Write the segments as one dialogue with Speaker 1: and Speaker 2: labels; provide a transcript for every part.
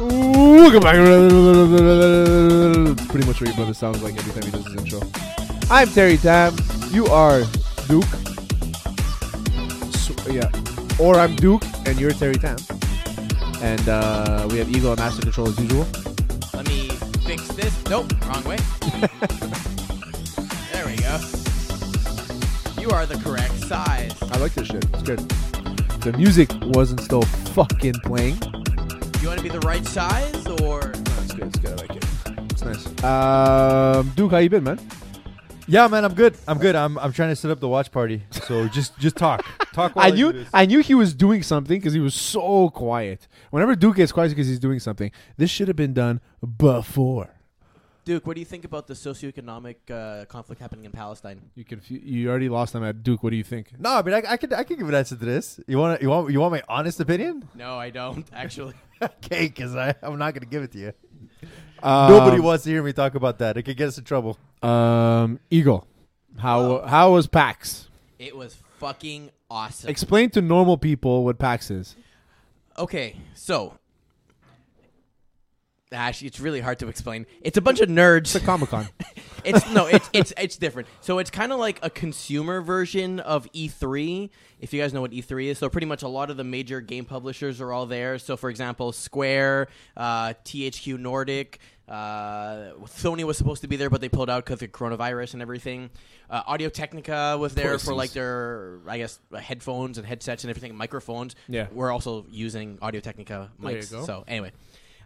Speaker 1: Welcome back. Pretty much what your brother sounds like every time he does his intro. I'm Terry Tam. You are Duke. So, yeah. Or I'm Duke and you're Terry Tam. And uh, we have Ego and Master Control as usual.
Speaker 2: Let me fix this. Nope, wrong way. there we go. You are the correct size.
Speaker 1: I like this shit. It's good. The music wasn't still fucking playing.
Speaker 2: You want to be the right size or
Speaker 1: It's good. It's good. I like it. It's nice. Um, Duke, how you been, man?
Speaker 3: Yeah, man, I'm good. I'm good. I'm I'm trying to set up the watch party. So just just talk, talk. While
Speaker 1: I knew
Speaker 3: do this.
Speaker 1: I knew he was doing something because he was so quiet. Whenever Duke gets quiet because he's doing something, this should have been done before.
Speaker 2: Duke? What do you think about the socioeconomic uh, conflict happening in Palestine?
Speaker 1: You confu- You already lost them at Duke. What do you think?
Speaker 3: no, but I, I could I could give an answer to this. You want you want you want my honest opinion?
Speaker 2: No, I don't actually.
Speaker 3: Okay, because I I'm not gonna give it to you.
Speaker 1: Um,
Speaker 3: Nobody wants to hear me talk about that. It could get us in trouble.
Speaker 1: Um, Eagle, how how was PAX?
Speaker 2: it was fucking awesome.
Speaker 1: Explain to normal people what PAX is.
Speaker 2: okay, so. Actually, it's really hard to explain. It's a bunch of nerds.
Speaker 1: It's a Comic Con.
Speaker 2: It's no, it's it's it's different. So it's kind of like a consumer version of E3, if you guys know what E3 is. So pretty much a lot of the major game publishers are all there. So for example, Square, uh, THQ Nordic, uh, Sony was supposed to be there, but they pulled out because of coronavirus and everything. Uh, Audio Technica was there for like their, I guess, uh, headphones and headsets and everything, microphones.
Speaker 1: Yeah.
Speaker 2: we're also using Audio Technica mics.
Speaker 1: There you go.
Speaker 2: So anyway.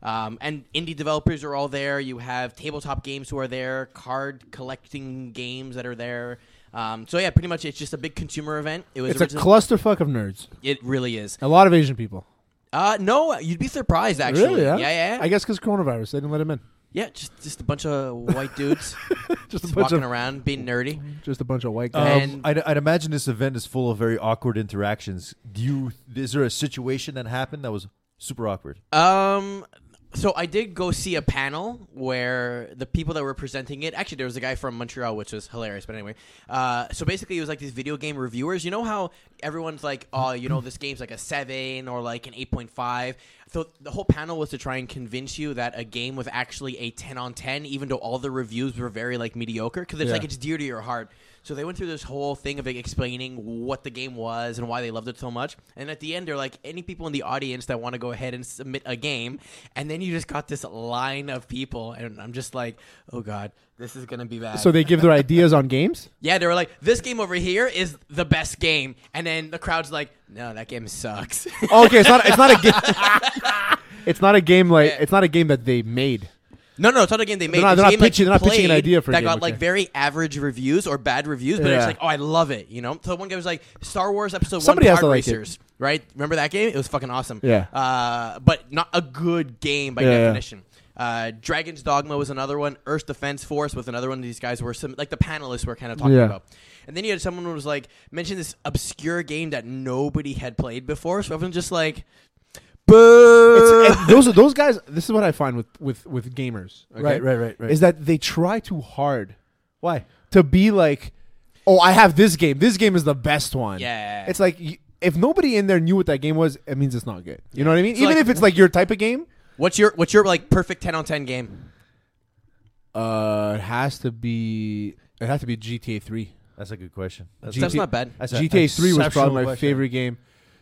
Speaker 2: Um, and indie developers are all there. You have tabletop games who are there, card collecting games that are there. Um, so yeah, pretty much it's just a big consumer event. It was
Speaker 1: It's a
Speaker 2: original-
Speaker 1: clusterfuck of nerds.
Speaker 2: it really is.
Speaker 1: A lot of Asian people.
Speaker 2: Uh, no, you'd be surprised actually.
Speaker 1: Yeah.
Speaker 2: yeah, yeah.
Speaker 1: I guess because coronavirus, they didn't let him in.
Speaker 2: Yeah, just just a bunch of white dudes
Speaker 1: Just a
Speaker 2: just
Speaker 1: bunch
Speaker 2: walking
Speaker 1: of
Speaker 2: around being nerdy.
Speaker 1: just a bunch of white guys.
Speaker 2: And-
Speaker 3: Um, I'd, I'd imagine this event is full of very awkward interactions. Do you? Is there a situation that happened that was super awkward?
Speaker 2: Um, so I did go see a panel where the people that were presenting it. Actually, there was a guy from Montreal, which was hilarious. But anyway, uh, so basically, it was like these video game reviewers. You know how everyone's like, "Oh, you know, this game's like a seven or like an eight point five. So the whole panel was to try and convince you that a game was actually a ten on ten, even though all the reviews were very like mediocre. Because it's
Speaker 1: Yeah.
Speaker 2: like it's dear to your heart. So they went through this whole thing of like, explaining what the game was and why they loved it so much. And at the end, they're like, any people in the audience that want to go ahead and submit a game. And then you just got this line of people, and I'm just like, oh god, this is gonna be bad.
Speaker 1: so they give their ideas on games.
Speaker 2: yeah, they were like, this game over here is the best game, and then the crowd's like, no, that game sucks.
Speaker 1: okay, it's not. It's not a game. it's not a game like. It's not a game that they made.
Speaker 2: No, no, it's not a game they made.
Speaker 1: not-
Speaker 2: It's
Speaker 1: they're not
Speaker 2: a game, like,
Speaker 1: pitching- they're not pitching an
Speaker 2: played
Speaker 1: idea for a
Speaker 2: that
Speaker 1: game,
Speaker 2: got
Speaker 1: okay.
Speaker 2: like very average reviews or bad reviews, but it's
Speaker 1: Yeah.
Speaker 2: like, oh, I love it, you know. So one guy was like, Star Wars Episode
Speaker 1: Somebody
Speaker 2: One:
Speaker 1: has
Speaker 2: Pod
Speaker 1: to like it.
Speaker 2: Racers, right? Remember that game? It was fucking awesome.
Speaker 1: Yeah.
Speaker 2: Uh, but not a good game by
Speaker 1: Yeah, yeah.
Speaker 2: definition. Uh, Dragon's Dogma was another one. Earth Defense Force was another one. These guys were some like the panelists were kind of talking
Speaker 1: Yeah.
Speaker 2: about. And then you had someone who was like mentioned this obscure game that nobody had played before. So everyone's just like, boo.
Speaker 3: Uh.
Speaker 1: It's, and those are those guys. This is what I find with with with gamers. okay?
Speaker 3: Right, right, right, right.
Speaker 1: Is that they try too hard
Speaker 3: Why?
Speaker 1: to be like, oh, I have this game. This game is the best one.
Speaker 2: Yeah.
Speaker 1: It's like y- if nobody in there knew what that game was, it means it's not good. You know what I mean? Even
Speaker 2: like-
Speaker 1: if it's like your type of game,
Speaker 2: what's your what's your like perfect ten on ten game?
Speaker 1: uh, it has to be. It has to be GTA Three.
Speaker 3: That's a good question. That's
Speaker 2: That's not bad.
Speaker 3: That's a-
Speaker 1: GTA Three was
Speaker 3: exceptional
Speaker 1: probably my
Speaker 3: question.
Speaker 1: favorite game.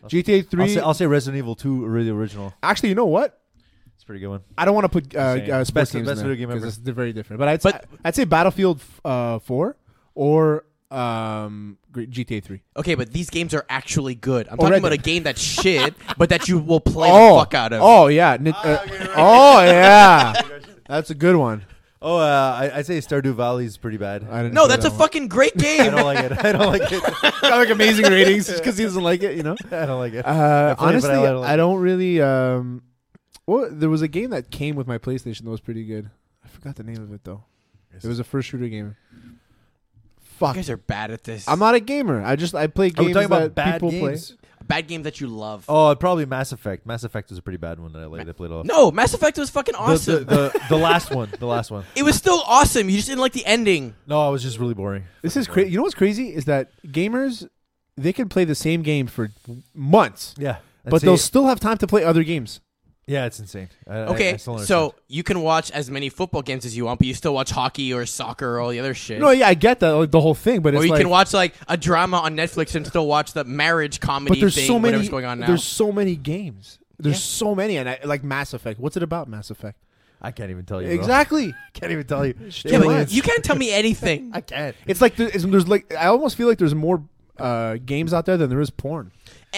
Speaker 1: GTA
Speaker 3: I'll
Speaker 1: Three.
Speaker 3: say, I'll say Resident Evil Two, really original.
Speaker 1: actually, you know what?
Speaker 3: It's a pretty good one.
Speaker 1: I don't want to put uh,
Speaker 3: Same.
Speaker 1: uh, sports
Speaker 3: Best-
Speaker 1: games
Speaker 3: best
Speaker 1: in there
Speaker 3: video game
Speaker 1: 'cause
Speaker 3: ever.
Speaker 1: it's- they're very different. But I'd,
Speaker 2: But-
Speaker 1: I'd say Battlefield f- uh, Four or um, G- GTA Three.
Speaker 2: Okay, but these games are actually good. I'm
Speaker 1: Oh,
Speaker 2: talking
Speaker 1: Red
Speaker 2: about a
Speaker 1: Dead.
Speaker 2: game that's shit, but that you will play the fuck out of.
Speaker 1: oh yeah, Ni- uh, oh yeah, that's a good one.
Speaker 3: Oh, uh, I, I'd say Stardew Valley is pretty bad.
Speaker 1: I
Speaker 3: I
Speaker 1: didn't
Speaker 2: no,
Speaker 1: play
Speaker 2: that's
Speaker 1: that
Speaker 2: a
Speaker 1: one.
Speaker 2: fucking great game.
Speaker 3: don't like it. I don't like it.
Speaker 1: got like amazing ratings because he doesn't like it. You know,
Speaker 3: I don't like it.
Speaker 1: uh,
Speaker 3: I played it, but
Speaker 1: honestly,
Speaker 3: I
Speaker 1: I
Speaker 3: don't
Speaker 1: don't,
Speaker 3: like
Speaker 1: really. Um, well, there was a game that came with my PlayStation that was pretty good. I forgot the name of it though. It was a first shooter game.
Speaker 2: you
Speaker 1: Fuck,
Speaker 2: guys are bad at this.
Speaker 1: I'm not a gamer. I just I play
Speaker 3: Are
Speaker 1: games
Speaker 3: we talking
Speaker 1: that
Speaker 3: about bad
Speaker 1: people play.
Speaker 3: games?
Speaker 2: a bad game that you love.
Speaker 3: Oh, probably Mass Effect. Mass Effect is a pretty bad one that I like. I played a lot.
Speaker 2: No, Mass Effect was fucking
Speaker 3: The- the,
Speaker 2: awesome.
Speaker 3: the- the last one. The last one.
Speaker 2: it was still awesome. You just didn't like the ending.
Speaker 3: No, it was just really boring.
Speaker 1: This is crazy. You know what's crazy is that gamers they can play the same game for months,
Speaker 3: Yeah,
Speaker 1: but they'll still have time to play other games.
Speaker 3: Yeah, it's insane. I- I-
Speaker 2: Okay,
Speaker 3: I still don't
Speaker 2: so you can watch as many football games as you want, but you still watch hockey or soccer or all the other shit.
Speaker 1: No, yeah, I get that, like, the whole thing, but
Speaker 2: or
Speaker 1: it's
Speaker 2: you
Speaker 1: like,
Speaker 2: can watch like a drama on Netflix and still watch the marriage comedy
Speaker 1: but there's
Speaker 2: thing,
Speaker 1: so many.
Speaker 2: whatever's going on now.
Speaker 1: There's so many games. There's so many, and I, like Mass Effect. What's it about, Mass Effect?
Speaker 3: understand. I can't even tell you. bro.
Speaker 1: Exactly.
Speaker 3: Can't even tell you.
Speaker 2: yeah,
Speaker 1: Well,
Speaker 2: but
Speaker 1: it's-
Speaker 2: you can't tell me anything.
Speaker 3: I can't.
Speaker 1: It's like the, it's, there's like I almost feel like there's more uh, games out there than there is porn.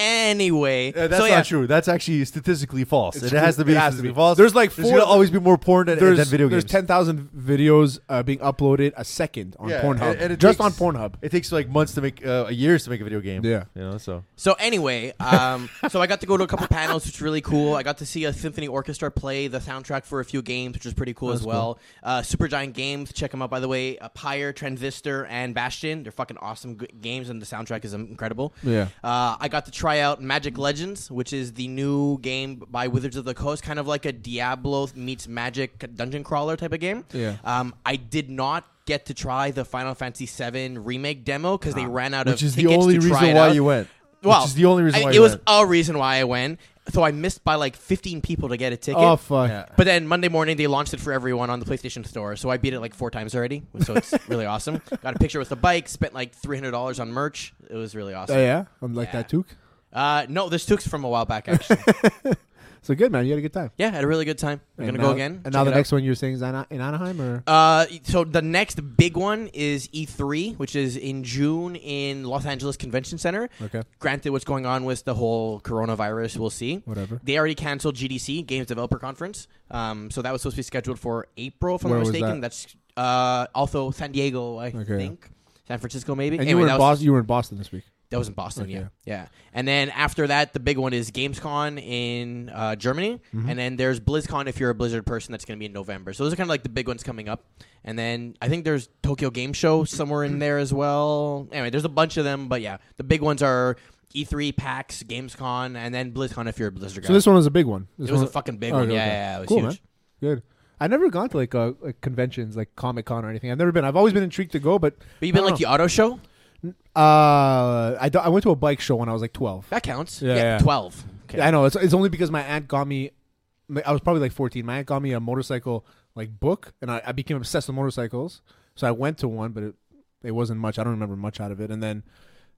Speaker 2: Anyway,
Speaker 3: Uh, that's
Speaker 2: so yeah,
Speaker 3: not true. That's actually statistically false.
Speaker 1: It's
Speaker 3: It
Speaker 1: true.
Speaker 3: has to be
Speaker 1: It has to
Speaker 3: statistically
Speaker 1: be.
Speaker 3: false.
Speaker 1: There's like
Speaker 3: there's
Speaker 1: four-
Speaker 3: gonna always be more porn and, and
Speaker 1: There's
Speaker 3: then video
Speaker 1: there's
Speaker 3: games.
Speaker 1: ten thousand videos uh, being uploaded a second on
Speaker 3: Yeah,
Speaker 1: Pornhub,
Speaker 3: and- and it
Speaker 1: just
Speaker 3: takes-
Speaker 1: on Pornhub.
Speaker 3: It takes like months to make uh, years to make a video game.
Speaker 1: Yeah.
Speaker 3: you know. So
Speaker 2: So anyway, um, so I got to go to a couple panels, which is really cool. I got to see a symphony orchestra play the soundtrack for a few games, which was pretty cool as well. Uh, Supergiant Games, check them out by the way. Uh, Pyre, Transistor, and Bastion, they're fucking awesome g- games, and the soundtrack is um, incredible.
Speaker 1: Yeah.
Speaker 2: Uh, I got to try out Magic Legends, which is the new game by Wizards of the Coast, kind of like a Diablo meets Magic dungeon crawler type of game.
Speaker 1: Yeah.
Speaker 2: Um, I did not. Get to try the Final Fantasy VII remake demo because they ran out of
Speaker 3: Ah. which is the
Speaker 2: tickets
Speaker 3: only
Speaker 2: to try
Speaker 3: reason
Speaker 2: it
Speaker 3: why
Speaker 2: out.
Speaker 3: you went.
Speaker 2: Well,
Speaker 3: which is the only reason
Speaker 2: I-
Speaker 3: why
Speaker 2: it
Speaker 3: you
Speaker 2: was
Speaker 3: went.
Speaker 2: a reason why I went. So I missed by like 15 people to get a ticket.
Speaker 1: Oh fuck!
Speaker 3: Yeah.
Speaker 2: but then Monday morning they launched it for everyone on the PlayStation Store. So I beat it like four times already. So it's really awesome. Got a picture with the bike. Spent like $300 on merch. It was really
Speaker 1: Oh,
Speaker 2: awesome.
Speaker 1: yeah, I'm like
Speaker 2: Yeah.
Speaker 1: that too.
Speaker 2: Uh, no, this took's from a while back actually.
Speaker 1: So good, man. You had a good time.
Speaker 2: yeah, had a really good time. We're
Speaker 1: And
Speaker 2: gonna go
Speaker 1: now-
Speaker 2: again.
Speaker 1: And now
Speaker 2: Check
Speaker 1: the
Speaker 2: it out.
Speaker 1: next one you're saying is Ana- in Anaheim, or
Speaker 2: Uh, so the next big one is E3, which is in June in Los Angeles Convention Center.
Speaker 1: Okay.
Speaker 2: Granted, what's going on with the whole coronavirus, we'll see.
Speaker 1: Whatever.
Speaker 2: They already canceled GDC Games Developer Conference. Um, so that was supposed to be scheduled for April, if I'm
Speaker 1: Where
Speaker 2: not
Speaker 1: was
Speaker 2: mistaken.
Speaker 1: that?
Speaker 2: That's uh, also San Diego, I
Speaker 1: Okay.
Speaker 2: think. San Francisco, maybe.
Speaker 1: and you
Speaker 2: anyway,
Speaker 1: were in
Speaker 2: that was-
Speaker 1: Boston. You were in Boston this week.
Speaker 2: that was in Boston, yeah,
Speaker 1: Okay.
Speaker 2: yeah. And then after that, the big one is GamesCon in uh, Germany,
Speaker 1: Mm-hmm.
Speaker 2: and then there's BlizzCon if you're a Blizzard person. That's going to be in November. So those are kind of like the big ones coming up. And then I think there's Tokyo Game Show somewhere in there as well. Anyway, there's a bunch of them, but yeah, the big ones are E3, PAX, GamesCon, and then BlizzCon if you're a Blizzard guy.
Speaker 1: So this one was a big one. This
Speaker 2: it was
Speaker 1: one-
Speaker 2: a fucking big
Speaker 1: Oh,
Speaker 2: one.
Speaker 1: okay,
Speaker 2: Yeah,
Speaker 1: okay.
Speaker 2: yeah, yeah, it was
Speaker 1: cool,
Speaker 2: huge.
Speaker 1: man. Good. I've never gone to like, uh, like conventions, like Comic Con or anything. I've never been. I've always been intrigued to go, but
Speaker 2: But you've been
Speaker 1: I
Speaker 2: like
Speaker 1: don't
Speaker 2: the auto show.
Speaker 1: know. uh, I, do- I went to a bike show when I was like twelve.
Speaker 2: That counts.
Speaker 1: Yeah, yeah.
Speaker 2: twelve. Okay.
Speaker 1: I know it's, it's only because my aunt got me. I was probably like fourteen. My aunt got me a motorcycle like book, and I, I became obsessed with motorcycles. So I went to one, but it it wasn't much. I don't remember much out of it. And then,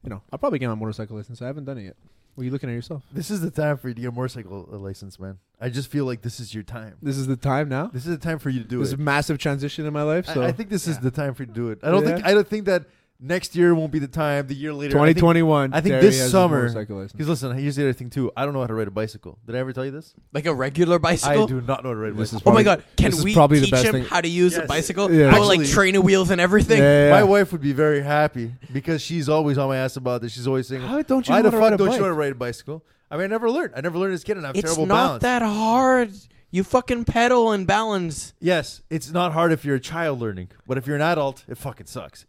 Speaker 1: you know, I probably get my motorcycle license. I haven't done it yet. Were you looking at yourself?
Speaker 3: This is the time for you to get a motorcycle uh, license, man. I just feel like this is your time.
Speaker 1: This is the time now.
Speaker 3: This is the time for you to do
Speaker 1: This is a
Speaker 3: it.
Speaker 1: massive transition in my life.
Speaker 3: I-
Speaker 1: So
Speaker 3: I, think this is the time for you to do it. I don't think
Speaker 1: Yeah.
Speaker 3: I don't think that next year won't be the time. The year later, I think-
Speaker 1: 2021.
Speaker 3: I think
Speaker 1: Terry
Speaker 3: this
Speaker 1: has his
Speaker 3: summer-
Speaker 1: motorcycle license.
Speaker 3: Because listen, here's the other thing too. I don't know how to ride a bicycle. Did I ever tell you this?
Speaker 2: like a regular bicycle.
Speaker 3: I do not know how to ride a
Speaker 1: This is
Speaker 2: Oh
Speaker 3: bicycle.
Speaker 1: Probably-
Speaker 2: my god! Can
Speaker 1: this is
Speaker 2: we
Speaker 1: probably the
Speaker 2: teach
Speaker 1: best
Speaker 2: him
Speaker 1: thing-
Speaker 2: how to use a
Speaker 3: Yes.
Speaker 2: bicycle?
Speaker 1: Yeah.
Speaker 2: How to like
Speaker 3: Actually-
Speaker 2: trainer wheels and everything?
Speaker 1: Yeah, yeah,
Speaker 3: My
Speaker 1: yeah.
Speaker 3: wife would be very happy because she's always on my ass about this. She's always saying,
Speaker 1: How don't you
Speaker 3: Why
Speaker 1: know how to
Speaker 3: the fuck
Speaker 1: ride a
Speaker 3: don't you
Speaker 1: bike?"
Speaker 3: know how to ride a bicycle? I mean, I never learned. I never learned as a kid, and I have
Speaker 2: It's
Speaker 3: terrible
Speaker 2: not
Speaker 3: balance.
Speaker 2: that hard. You fucking pedal and balance.
Speaker 3: Yes, it's not hard if you're a child learning, but if you're an adult, it fucking sucks.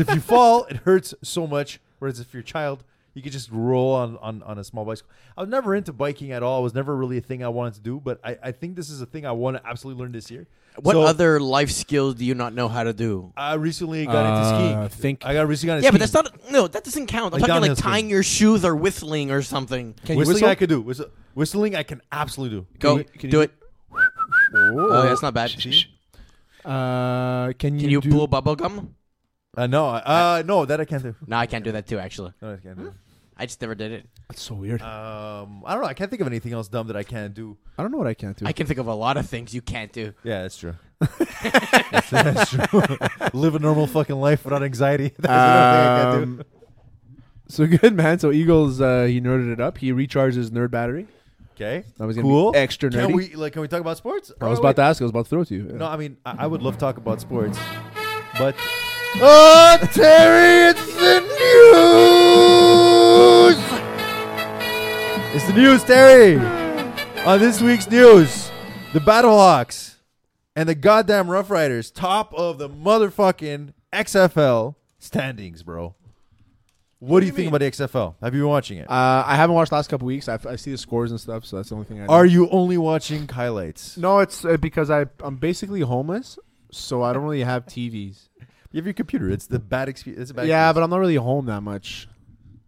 Speaker 3: if you fall, it hurts so much. Whereas if you're a child, you could just roll on, on, on a small bicycle. I was never into biking at all. It was never really a thing I wanted to do, but I, I think this is a thing I want to absolutely learn this year.
Speaker 2: What
Speaker 3: So,
Speaker 2: other life skills do you not know how to do?
Speaker 3: I recently got into
Speaker 1: Uh,
Speaker 3: skiing.
Speaker 1: think-
Speaker 3: I got recently got into
Speaker 2: Yeah, but
Speaker 3: skiing.
Speaker 2: that's not no. That doesn't count. I'm
Speaker 3: Like
Speaker 2: talking like
Speaker 3: downhill skiing.
Speaker 2: tying your shoes or whistling or something.
Speaker 1: Can you
Speaker 3: whistling.
Speaker 1: whistle?
Speaker 3: I could do Whist- whistling. I can absolutely do.
Speaker 2: Go
Speaker 1: you- can
Speaker 2: do
Speaker 1: you-
Speaker 2: it. Oh, that's not bad. Can
Speaker 1: Uh, can you,
Speaker 2: you
Speaker 1: do,
Speaker 2: blow bubble gum?
Speaker 3: Uh, no, I- uh, no, that I can't do.
Speaker 2: No, I can't do that too. Actually,
Speaker 3: No, I can't do.
Speaker 2: I just never did it.
Speaker 1: That's so weird.
Speaker 3: Um, I don't know. I can't think of anything else dumb that I can't do.
Speaker 1: I don't know what I can't do.
Speaker 2: I can think of a lot of things you can't do.
Speaker 3: Yeah, that's true. that's, that's true. Live a normal fucking life without anxiety. That's another thing
Speaker 1: Um,
Speaker 3: I
Speaker 1: so good, man. So Eagles, uh, he nerded it up. He recharged his nerd battery.
Speaker 3: can do. Okay,
Speaker 1: That was gonna be
Speaker 3: cool.
Speaker 1: extra nerdy.
Speaker 3: Can we like? Can we talk about sports?
Speaker 1: I was
Speaker 3: Oh,
Speaker 1: about to
Speaker 3: wait.
Speaker 1: ask. I was about to throw it to you.
Speaker 3: No, I mean, I, I would love to talk about sports, but oh, Terry, it's the news. It's the news, Terry. On this week's news, the Battlehawks and the goddamn Rough Riders, top of the motherfucking XFL standings, bro. What do you think about the XFL? Have you been watching it?
Speaker 1: Uh, I haven't watched the last couple weeks. I, f- I see the scores and stuff, so that's the only thing I. know.
Speaker 3: Are you only watching highlights?
Speaker 1: no, it's uh, because I I'm basically homeless, so I don't really have TVs.
Speaker 3: You have your computer. It's the bad experience. It's a bad
Speaker 1: yeah,
Speaker 3: experience.
Speaker 1: but I'm not really home that much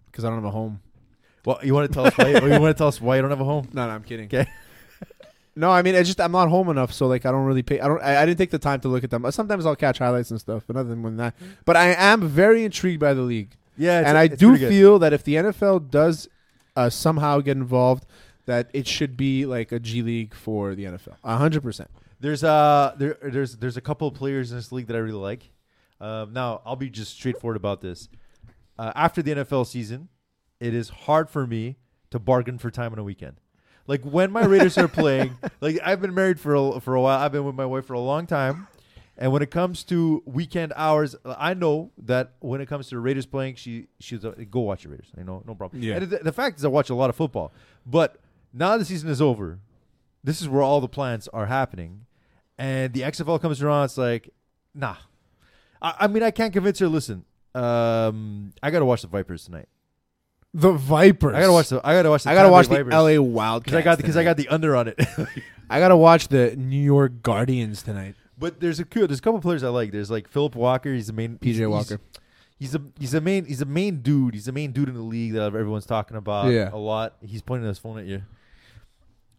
Speaker 1: because I don't have a home.
Speaker 3: Well, you want to tell us why? or you want to tell us why you don't have a home?
Speaker 1: No, no, I'm kidding.
Speaker 3: Okay.
Speaker 1: No, I mean, I just I'm not home enough, so like I don't really pay. I don't. I, I didn't take the time to look at them. Sometimes I'll catch highlights and stuff, but other than that, but I am very intrigued by the league,
Speaker 3: Yeah, it's-
Speaker 1: and I
Speaker 3: it's
Speaker 1: do
Speaker 3: pretty good.
Speaker 1: feel that if the NFL does uh, somehow get involved, that it should be like a G League for the NFL, hundred percent.
Speaker 3: There's uh there there's there's a couple of players in this league that I really like. Um, now I'll be just straightforward about this. Uh, after the NFL season, it is hard for me to bargain for time on a weekend. Like when my Raiders are playing, like I've been married for a, for a while. I've been with my wife for a long time, and when it comes to weekend hours, I know that when it comes to Raiders playing, she she's a, go watch the Raiders. You know, no problem.
Speaker 1: Yeah.
Speaker 3: And the, the fact is, I watch a lot of football, but now the season is over this is where all the plans are happening. And the XFL comes around, it's like, nah. I, I mean, I can't convince her, listen, um, I gotta watch the Vipers tonight.
Speaker 1: The Vipers.
Speaker 3: I gotta watch the I gotta watch the
Speaker 1: I gotta
Speaker 3: Tampa
Speaker 1: watch
Speaker 3: Bay
Speaker 1: the
Speaker 3: Vipers.
Speaker 1: LA Wildcats
Speaker 3: because I got because I
Speaker 1: tonight.
Speaker 3: got the under on it.
Speaker 1: I gotta watch the New York Guardians tonight.
Speaker 3: but there's a cou- there's a couple players I like. There's like Philip Walker, he's the main
Speaker 1: PJ
Speaker 3: he's-
Speaker 1: Walker.
Speaker 3: He's, he's a he's a main he's a main dude. He's the main dude in the league that everyone's talking about
Speaker 1: Yeah.
Speaker 3: a lot. He's pointing his phone at you.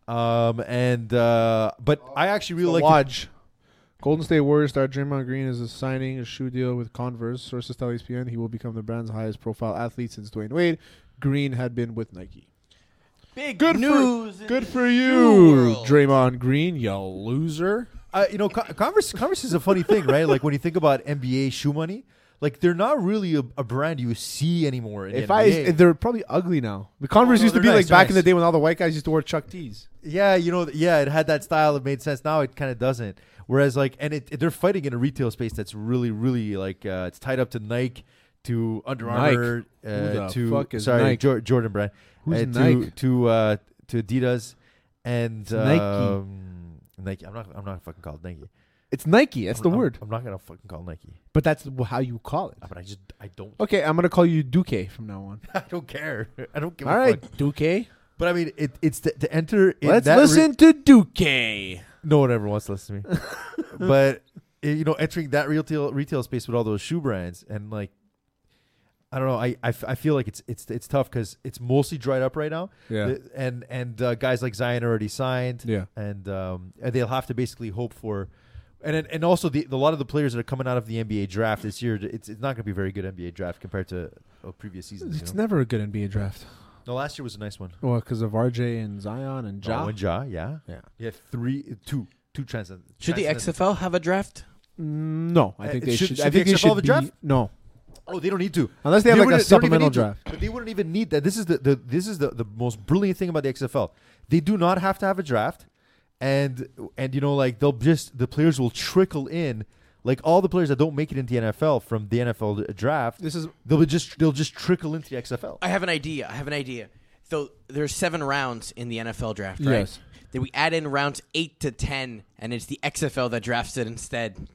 Speaker 3: Um and uh but I actually really like the-
Speaker 1: Watch. Golden State Warriors star Draymond Green is signing a shoe deal with Converse. Sources tell E ESPN he will become the brand's highest profile athlete since Dwayne Wade. Green had been with Nike.
Speaker 2: Big
Speaker 1: Good
Speaker 2: news.
Speaker 1: for
Speaker 2: in
Speaker 1: good
Speaker 2: the
Speaker 1: for
Speaker 2: new
Speaker 1: you,
Speaker 2: world.
Speaker 1: Draymond Green, you loser.
Speaker 3: uh, you know, Con- Converse Converse is a funny thing, right? Like when you think about NBA shoe money, like they're not really a, a brand you see anymore. In
Speaker 1: If
Speaker 3: the
Speaker 1: I,
Speaker 3: NBA.
Speaker 1: they're probably ugly now. The Converse
Speaker 3: no,
Speaker 1: used to
Speaker 3: they're
Speaker 1: be
Speaker 3: nice,
Speaker 1: like
Speaker 3: they're
Speaker 1: back in the
Speaker 3: nice.
Speaker 1: day when all the white guys used to wear Chuck T's.
Speaker 3: yeah, you know, yeah, it had that style. It made sense. Now it kind of doesn't. Whereas, like, and it, they're fighting in a retail space that's really, really like uh, it's tied up to Nike, to Under
Speaker 1: Nike?
Speaker 3: Armour,
Speaker 1: Who
Speaker 3: uh,
Speaker 1: the
Speaker 3: to
Speaker 1: fuck is
Speaker 3: sorry,
Speaker 1: Nike?
Speaker 3: Jor- Jordan Brand,
Speaker 1: Who's
Speaker 3: uh,
Speaker 1: Nike?
Speaker 3: to to uh, to Adidas and
Speaker 1: Nike.
Speaker 3: um, Nike. I'm not. I'm not fucking called Nike.
Speaker 1: It's Nike. That's
Speaker 3: I'm-
Speaker 1: the
Speaker 3: I'm-
Speaker 1: word.
Speaker 3: I'm not gonna fucking call Nike.
Speaker 1: But that's how you call it.
Speaker 3: But I just. I don't.
Speaker 1: Okay, I'm gonna call you Duque from now on.
Speaker 3: I don't care. I don't give
Speaker 1: All
Speaker 3: a
Speaker 1: right,
Speaker 3: fuck.
Speaker 1: Duque.
Speaker 3: But I mean, it, it's to, to enter. In
Speaker 1: Let's
Speaker 3: that re-
Speaker 1: listen to Duque.
Speaker 3: no one ever wants to listen to me. but eh, you know, entering that retail retail space with all those shoe brands and like, I don't know. I I, f- I feel like it's it's it's tough because it's mostly dried up right now.
Speaker 1: Yeah.
Speaker 3: The- and and uh, guys like Zion already signed.
Speaker 1: Yeah.
Speaker 3: And um, and they'll have to basically hope for. And, then- and also the, the a lot of the players that are coming out of the NBA draft this year, it's, it's not going to be a very good NBA draft compared to uh, previous seasons. You
Speaker 1: It's
Speaker 3: know?
Speaker 1: never a good NBA draft.
Speaker 3: no, last year was a nice one.
Speaker 1: Well, because of RJ and Zion and Ja.
Speaker 3: Oh, and Ja, yeah.
Speaker 1: yeah.
Speaker 3: Yeah, three, two, two transcend.
Speaker 2: Should the
Speaker 3: transcend-
Speaker 2: XFL have a draft?
Speaker 1: Mm, No, I
Speaker 3: Uh,
Speaker 1: think they
Speaker 3: should-
Speaker 1: should.
Speaker 3: should
Speaker 1: I
Speaker 3: the
Speaker 1: think they
Speaker 3: XFL
Speaker 1: should
Speaker 3: have a draft?
Speaker 1: Be, no,
Speaker 3: Oh, they don't need to.
Speaker 1: unless they have like a
Speaker 3: wouldn't- don't even
Speaker 1: supplemental
Speaker 3: need to.
Speaker 1: draft.
Speaker 3: But they wouldn't even need that. This is the, the this is the, the most brilliant thing about the XFL. They do not have to have a draft, and and you know like they'll just the players will trickle in, like all the players that don't make it into the NFL from the NFL d- uh, draft.
Speaker 1: This is
Speaker 3: They'll be just they'll just trickle into the XFL.
Speaker 2: I have an idea. I have an idea. So there's seven rounds in the NFL draft, right?
Speaker 1: Yes.
Speaker 2: Then we add in rounds eight to ten, and it's the XFL that drafts it instead.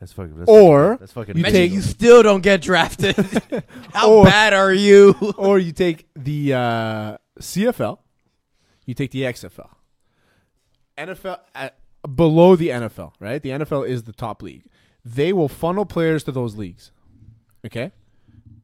Speaker 3: That's fucking. That's
Speaker 1: Or
Speaker 3: that's fucking.
Speaker 1: you
Speaker 2: Imagine
Speaker 1: take-
Speaker 2: you still don't get drafted. How
Speaker 1: Or-
Speaker 2: bad are you?
Speaker 1: or you take the uh, CFL, you take the XFL, NFL uh, below the NFL. Right, the NFL is the top league. They will funnel players to those leagues. Okay,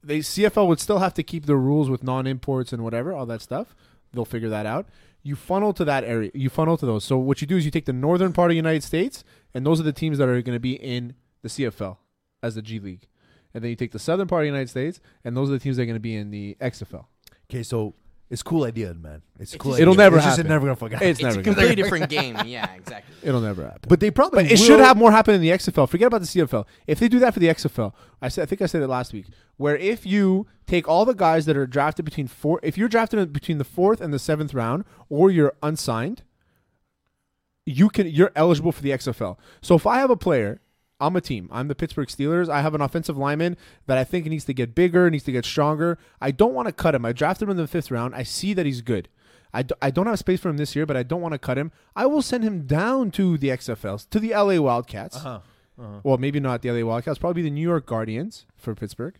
Speaker 1: they CFL would still have to keep the rules with non-imports and whatever, all that stuff. They'll figure that out. You funnel to that area. You funnel to those. So what you do is you take the northern part of the United States, and those are the teams that are going to be in the CFL as the G League. And then you take the southern part of the United States, and those are the teams that are going to be in the XFL.
Speaker 3: okay, so it's a cool idea, man. It's a cool.
Speaker 1: just- It'll
Speaker 3: idea.
Speaker 1: never
Speaker 3: it's just
Speaker 1: happen.
Speaker 3: never gonna fucking. happen.
Speaker 1: It's
Speaker 2: It's
Speaker 1: never.
Speaker 2: a
Speaker 1: Gonna,
Speaker 2: completely different game. Yeah, exactly.
Speaker 1: it'll never happen.
Speaker 3: But they probably
Speaker 1: It should
Speaker 3: will-
Speaker 1: have more happen in the XFL. Forget about the CFL. If they do that for the XFL, I said I think I said it last week, where if you take all the guys that are drafted between four, if you're drafted in between the fourth and the seventh round, or you're unsigned, you can you're eligible for the XFL. So if I have a player, I'm a team. I'm the Pittsburgh Steelers. I have an offensive lineman that I think needs to get bigger, needs to get stronger. I don't want to cut him. I drafted him in the fifth round. I see that he's good. I d- I don't have space for him this year, but I don't want to cut him. I will send him down to the XFLs, to the LA Wildcats.
Speaker 3: Uh-huh.
Speaker 1: Well, maybe not the LA Wildcats, probably the New York Guardians for Pittsburgh.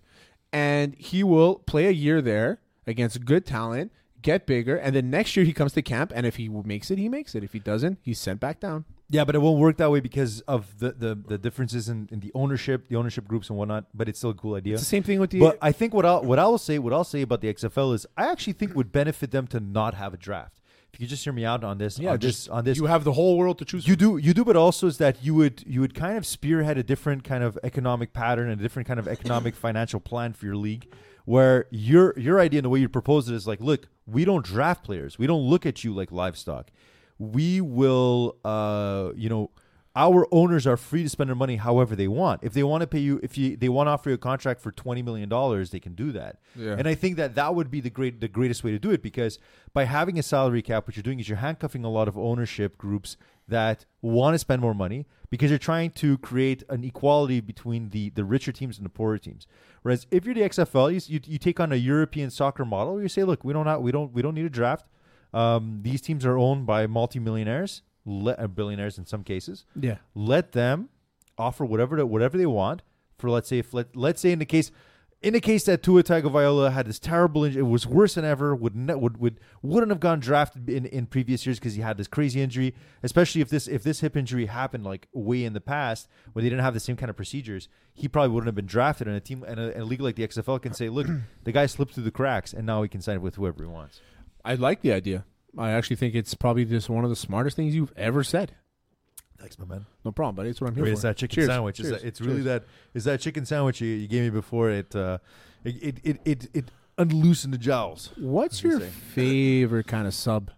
Speaker 1: And he will play a year there against good talent, get bigger, and then next year he comes to camp. And if he makes it, he makes it. If he doesn't, he's sent back down.
Speaker 3: Yeah, but it won't work that way because of the, the, the differences in, in the ownership, the ownership groups and whatnot. But it's still a cool idea.
Speaker 1: It's the same thing with the.
Speaker 3: But I think what I'll what I'll say what I'll say about the XFL is I actually think it would benefit them to not have a draft if you just hear me out on this,
Speaker 1: Yeah,
Speaker 3: on
Speaker 1: just
Speaker 3: this, on this,
Speaker 1: you have the whole world to choose.
Speaker 3: you do, you do, but also is that you would, you would kind of spearhead a different kind of economic pattern and a different kind of economic financial plan for your league, where your your idea and the way you propose it is like, look, we don't draft players, we don't look at you like livestock, we will, uh, you know, our owners are free to spend their money however they want. If they want to pay you, if you, they want to offer you a contract for twenty million dollars, they can do that.
Speaker 1: Yeah.
Speaker 3: And I think that that would be the great, the greatest way to do it because by having a salary cap, what you're doing is you're handcuffing a lot of ownership groups that want to spend more money because you're trying to create an equality between the the richer teams and the poorer teams. Whereas if you're the XFL, you, s- you, you take on a European soccer model. Where you say, look, we don't have, we don't we don't need a draft. Um, these teams are owned by multimillionaires, le- uh, billionaires in some cases
Speaker 1: yeah.
Speaker 3: let them offer whatever to, whatever they want for let's say if let, let's say in the case in the case that Tua Tagovailoa had this terrible injury, it was worse than ever. Would ne- would would wouldn't have gone drafted in, in previous years because he had this crazy injury. Especially if this if this hip injury happened like way in the past where they didn't have the same kind of procedures, he probably wouldn't have been drafted. And a team and a, and a league like the XFL can say, look, the guy slipped through the cracks, and now he can sign with whoever he wants.
Speaker 1: I like the idea. I actually think it's probably just one of the smartest things you've ever said.
Speaker 3: Thanks, my man.
Speaker 1: No problem, buddy. It's what I'm here
Speaker 3: Wait,
Speaker 1: for.
Speaker 3: it's that chicken
Speaker 1: Cheers.
Speaker 3: sandwich. It's,
Speaker 1: Cheers.
Speaker 3: that, it's really
Speaker 1: Cheers.
Speaker 3: that. It's that chicken sandwich you, you gave me before. It, uh, it, it, it, it, it unloosened the jowls.
Speaker 1: What's
Speaker 3: you
Speaker 1: your
Speaker 3: say?
Speaker 1: favorite kind of sub?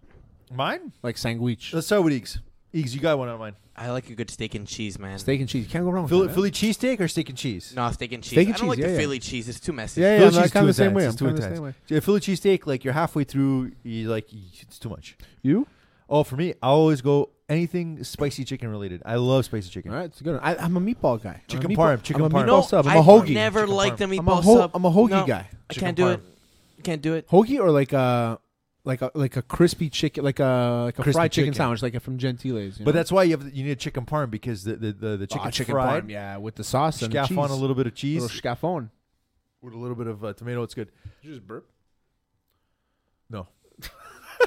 Speaker 3: Mine?
Speaker 1: Like sandwich,
Speaker 3: Let's start with Eags. Eags, you got one on mine.
Speaker 2: I like a good steak and cheese, man.
Speaker 1: steak and cheese. You can't go wrong.
Speaker 3: Philly,
Speaker 1: with that,
Speaker 3: Philly cheesesteak or steak and cheese?
Speaker 2: No, steak and cheese.
Speaker 1: Steak and
Speaker 2: I don't
Speaker 1: cheese,
Speaker 2: like
Speaker 1: yeah,
Speaker 2: the
Speaker 1: yeah.
Speaker 2: Philly cheese. It's too messy.
Speaker 1: Yeah, yeah.
Speaker 3: Philly
Speaker 1: I'm
Speaker 3: cheese
Speaker 1: kinda
Speaker 3: is
Speaker 1: the same
Speaker 3: intense.
Speaker 1: way.
Speaker 3: It's
Speaker 1: I'm
Speaker 3: too
Speaker 1: kinda the
Speaker 3: intense.
Speaker 1: same way.
Speaker 3: Yeah, Philly cheesesteak, like you're halfway through, you like you- it's too much.
Speaker 1: You?
Speaker 3: Oh, for me, I always go anything spicy chicken related. I love spicy chicken.
Speaker 1: All right, it's a good. One. I, I'm a meatball guy. I'm a
Speaker 3: Chicken
Speaker 1: meatball-
Speaker 3: parm, chicken
Speaker 1: I'm a
Speaker 3: parm.
Speaker 1: meatball
Speaker 2: No,
Speaker 1: sub. I'm
Speaker 2: I
Speaker 1: a hoagie.
Speaker 2: never
Speaker 3: Chicken
Speaker 2: liked the meatball
Speaker 1: I'm a ho-
Speaker 2: sub.
Speaker 1: I'm a hoagie
Speaker 2: No,
Speaker 1: guy.
Speaker 2: I
Speaker 3: Chicken
Speaker 2: can't do
Speaker 3: parm.
Speaker 2: it. I can't do it.
Speaker 1: Hoagie or like a like a like a crispy chicken, like a like a
Speaker 3: Crispy
Speaker 1: fried chicken,
Speaker 3: chicken.
Speaker 1: sandwich, like from Gentile's. You
Speaker 3: But
Speaker 1: know?
Speaker 3: that's why you have you need a chicken parm because the the, the, the chicken,
Speaker 1: Ah, chicken
Speaker 3: fried,
Speaker 1: parm, yeah, with the sauce and the
Speaker 3: scaff
Speaker 1: cheese.
Speaker 3: on a little bit of cheese
Speaker 1: little scaffon.
Speaker 3: with a little bit of uh, tomato. It's good.
Speaker 1: Did you just burp?
Speaker 3: No.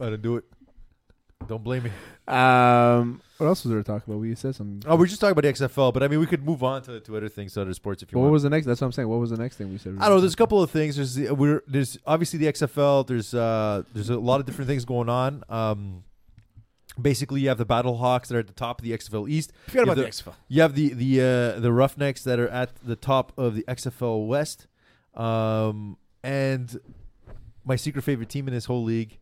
Speaker 3: I didn't do it. Don't blame me.
Speaker 1: Um, what else was there to talk about? We said something.
Speaker 3: Oh, we're just talking about the XFL, but I mean, we could move on to, to other things, to other sports if you
Speaker 1: What
Speaker 3: want.
Speaker 1: was the next? That's what I'm saying. What was the next thing we said?
Speaker 3: I don't know. There's a couple of things. There's the, we're, there's obviously the XFL. There's uh there's a lot of different things going on. Um, basically, you have the Battle Hawks that are at the top of the XFL East.
Speaker 1: Forget
Speaker 3: You
Speaker 1: about
Speaker 3: have
Speaker 1: the
Speaker 3: the-
Speaker 1: XFL.
Speaker 3: You have the the uh, the Roughnecks that are at the top of the XFL West, um, and my secret favorite team in this whole league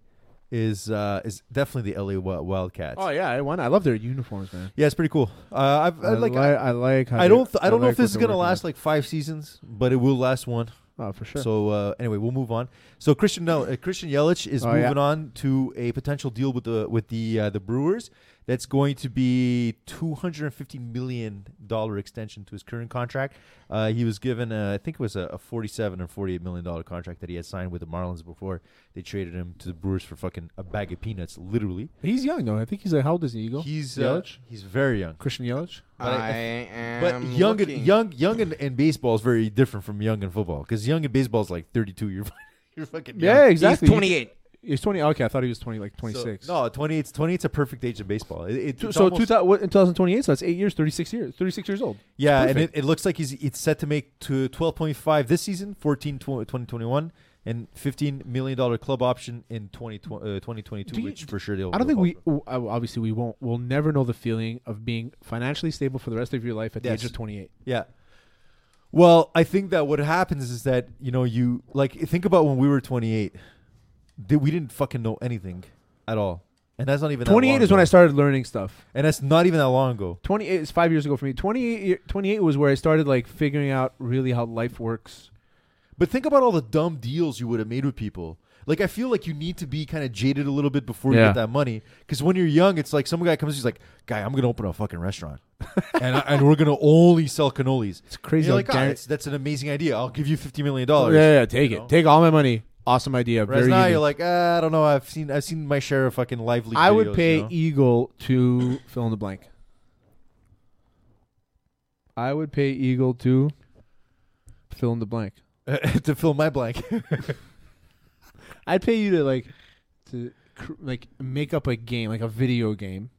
Speaker 3: is uh, is definitely the LA Wi- Wildcats.
Speaker 1: Oh yeah, I won. I love their uniforms, man.
Speaker 3: Yeah, it's pretty cool. Uh, I've,
Speaker 1: I
Speaker 3: I'd
Speaker 1: like.
Speaker 3: like.
Speaker 1: I like. How
Speaker 3: I don't. Th-
Speaker 1: they-
Speaker 3: I don't know
Speaker 1: like
Speaker 3: if this is
Speaker 1: what they're
Speaker 3: gonna
Speaker 1: working
Speaker 3: last like five seasons, but it will last one.
Speaker 1: with. Oh, for sure.
Speaker 3: So uh, anyway, we'll move on. So Christian Nel- uh, Christian Yelich is
Speaker 1: Oh, yeah.
Speaker 3: moving on to a potential deal with the with the uh, the Brewers. That's going to be two hundred and fifty million dollar extension to his current contract. Uh, he was given, uh, I think it was a, a forty seven or forty eight million dollar contract that he had signed with the Marlins before they traded him to the Brewers for fucking a bag of peanuts, literally.
Speaker 1: he's young though. I think he's like how old is he? Eagle?
Speaker 3: He's uh,
Speaker 1: Yelich?
Speaker 3: he's very young.
Speaker 1: Christian Yelich.
Speaker 3: But I-
Speaker 2: I am.
Speaker 3: But young, and,
Speaker 2: looking.
Speaker 3: young, young, in, in baseball is very different from young in football because young in baseball is like thirty-two. You're, you're fucking young.
Speaker 1: Yeah,
Speaker 2: He's
Speaker 1: exactly.
Speaker 2: 28.
Speaker 1: He's 20. Okay, I thought he was 20, like
Speaker 3: So-
Speaker 1: 26.
Speaker 3: no, 28's 28's a perfect age in baseball. It, it,
Speaker 1: So,
Speaker 3: it's
Speaker 1: so
Speaker 3: almost-
Speaker 1: 2000, what, in 2028, so that's eight years, 36 years, 36 years old.
Speaker 3: yeah,
Speaker 1: it's
Speaker 3: and it,
Speaker 1: perfect.
Speaker 3: it looks like he's it's set to make to 12.5 this season, 14 tw- 2021 and 15 million dollar club option in 2020, uh, 2022
Speaker 1: Do you-
Speaker 3: which for sure they'll
Speaker 1: I don't
Speaker 3: they'll
Speaker 1: think we,
Speaker 3: offer.
Speaker 1: w- I- obviously, we won't, we'll never know the feeling of being financially stable for the rest of your life at the
Speaker 3: Yes.
Speaker 1: age of 28.
Speaker 3: Yeah. Well, I think that what happens is that, you know, you like think about when we were 28. Did we didn't fucking know anything at all. And that's not even that
Speaker 1: 28
Speaker 3: long
Speaker 1: is when I
Speaker 3: ago.
Speaker 1: started learning stuff.
Speaker 3: And that's not even that long ago.
Speaker 1: 28 is five years ago for me. 28, year- 28 was where I started like figuring out really how life works.
Speaker 3: But think about all the dumb deals you would have made with people. Like I feel like you need to be kind of jaded a little bit before you
Speaker 1: Yeah.
Speaker 3: get that money, because when you're young, it's like some guy comes, he's like, "Guy, I'm gonna open a fucking restaurant, and, I, and we're gonna only sell cannolis."
Speaker 1: It's
Speaker 3: And
Speaker 1: crazy.
Speaker 3: you're
Speaker 1: how
Speaker 3: like, "Ah,
Speaker 1: gar-
Speaker 3: that's, that's an amazing idea. I'll give you fifty million
Speaker 1: yeah,
Speaker 3: dollars."
Speaker 1: yeah, yeah, take
Speaker 3: you
Speaker 1: it.
Speaker 3: know?
Speaker 1: Take all my money. Awesome idea.
Speaker 3: Whereas
Speaker 1: Very
Speaker 3: now you're
Speaker 1: unique.
Speaker 3: like, ah, I don't know. I've seen I've seen my share of fucking lively.
Speaker 1: I would
Speaker 3: videos,
Speaker 1: pay
Speaker 3: you know?
Speaker 1: Eagle to fill in the blank. I would pay Eagle to fill in the blank. e-
Speaker 3: to fill my blank.
Speaker 1: I'd pay you to like to cr- like make up a game, like a video game.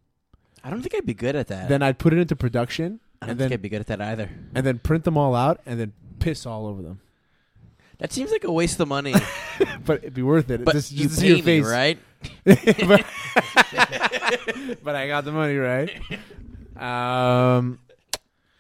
Speaker 2: I don't think I'd be good at that.
Speaker 1: Then I'd put it into production
Speaker 2: I don't
Speaker 1: and
Speaker 2: think
Speaker 1: then
Speaker 2: I'd be good at that either.
Speaker 1: and then print them all out and then piss all over them.
Speaker 2: That seems like a waste of money.
Speaker 1: But it'd be worth it.
Speaker 2: but
Speaker 1: just
Speaker 2: you
Speaker 1: just to see
Speaker 2: pay
Speaker 1: your
Speaker 2: me,
Speaker 1: face.
Speaker 2: right?
Speaker 1: but, but I got the money right. Um,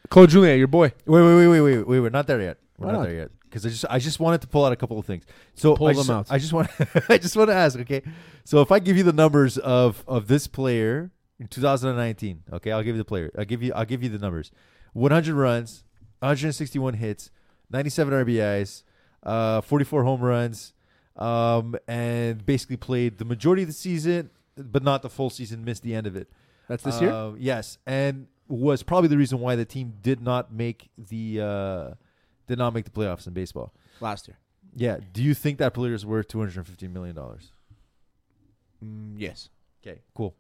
Speaker 1: Claude Julien, your boy.
Speaker 3: Wait, wait, wait, wait, wait, wait. We're not there yet. We're
Speaker 1: Why
Speaker 3: not,
Speaker 1: not?
Speaker 3: there yet because I just I just wanted to pull out a couple of things. So
Speaker 1: Pull
Speaker 3: I
Speaker 1: them
Speaker 3: just,
Speaker 1: out.
Speaker 3: I just want I just want to ask. Okay, so if I give you the numbers of of this player in 2019, okay, I'll give you the player. I'll give you I'll give you the numbers. 100 runs, 161 hits, 97 RBIs, uh, 44 home runs, um, and basically played the majority of the season, but not the full season. Missed the end of it.
Speaker 1: That's this year.
Speaker 3: Uh, yes, and was probably the reason why the team did not make the uh, did not make the playoffs in baseball.
Speaker 1: Last year.
Speaker 3: Yeah. Do you think that player is worth two hundred and fifteen million dollars?
Speaker 1: Mm, yes.
Speaker 3: Okay. Cool.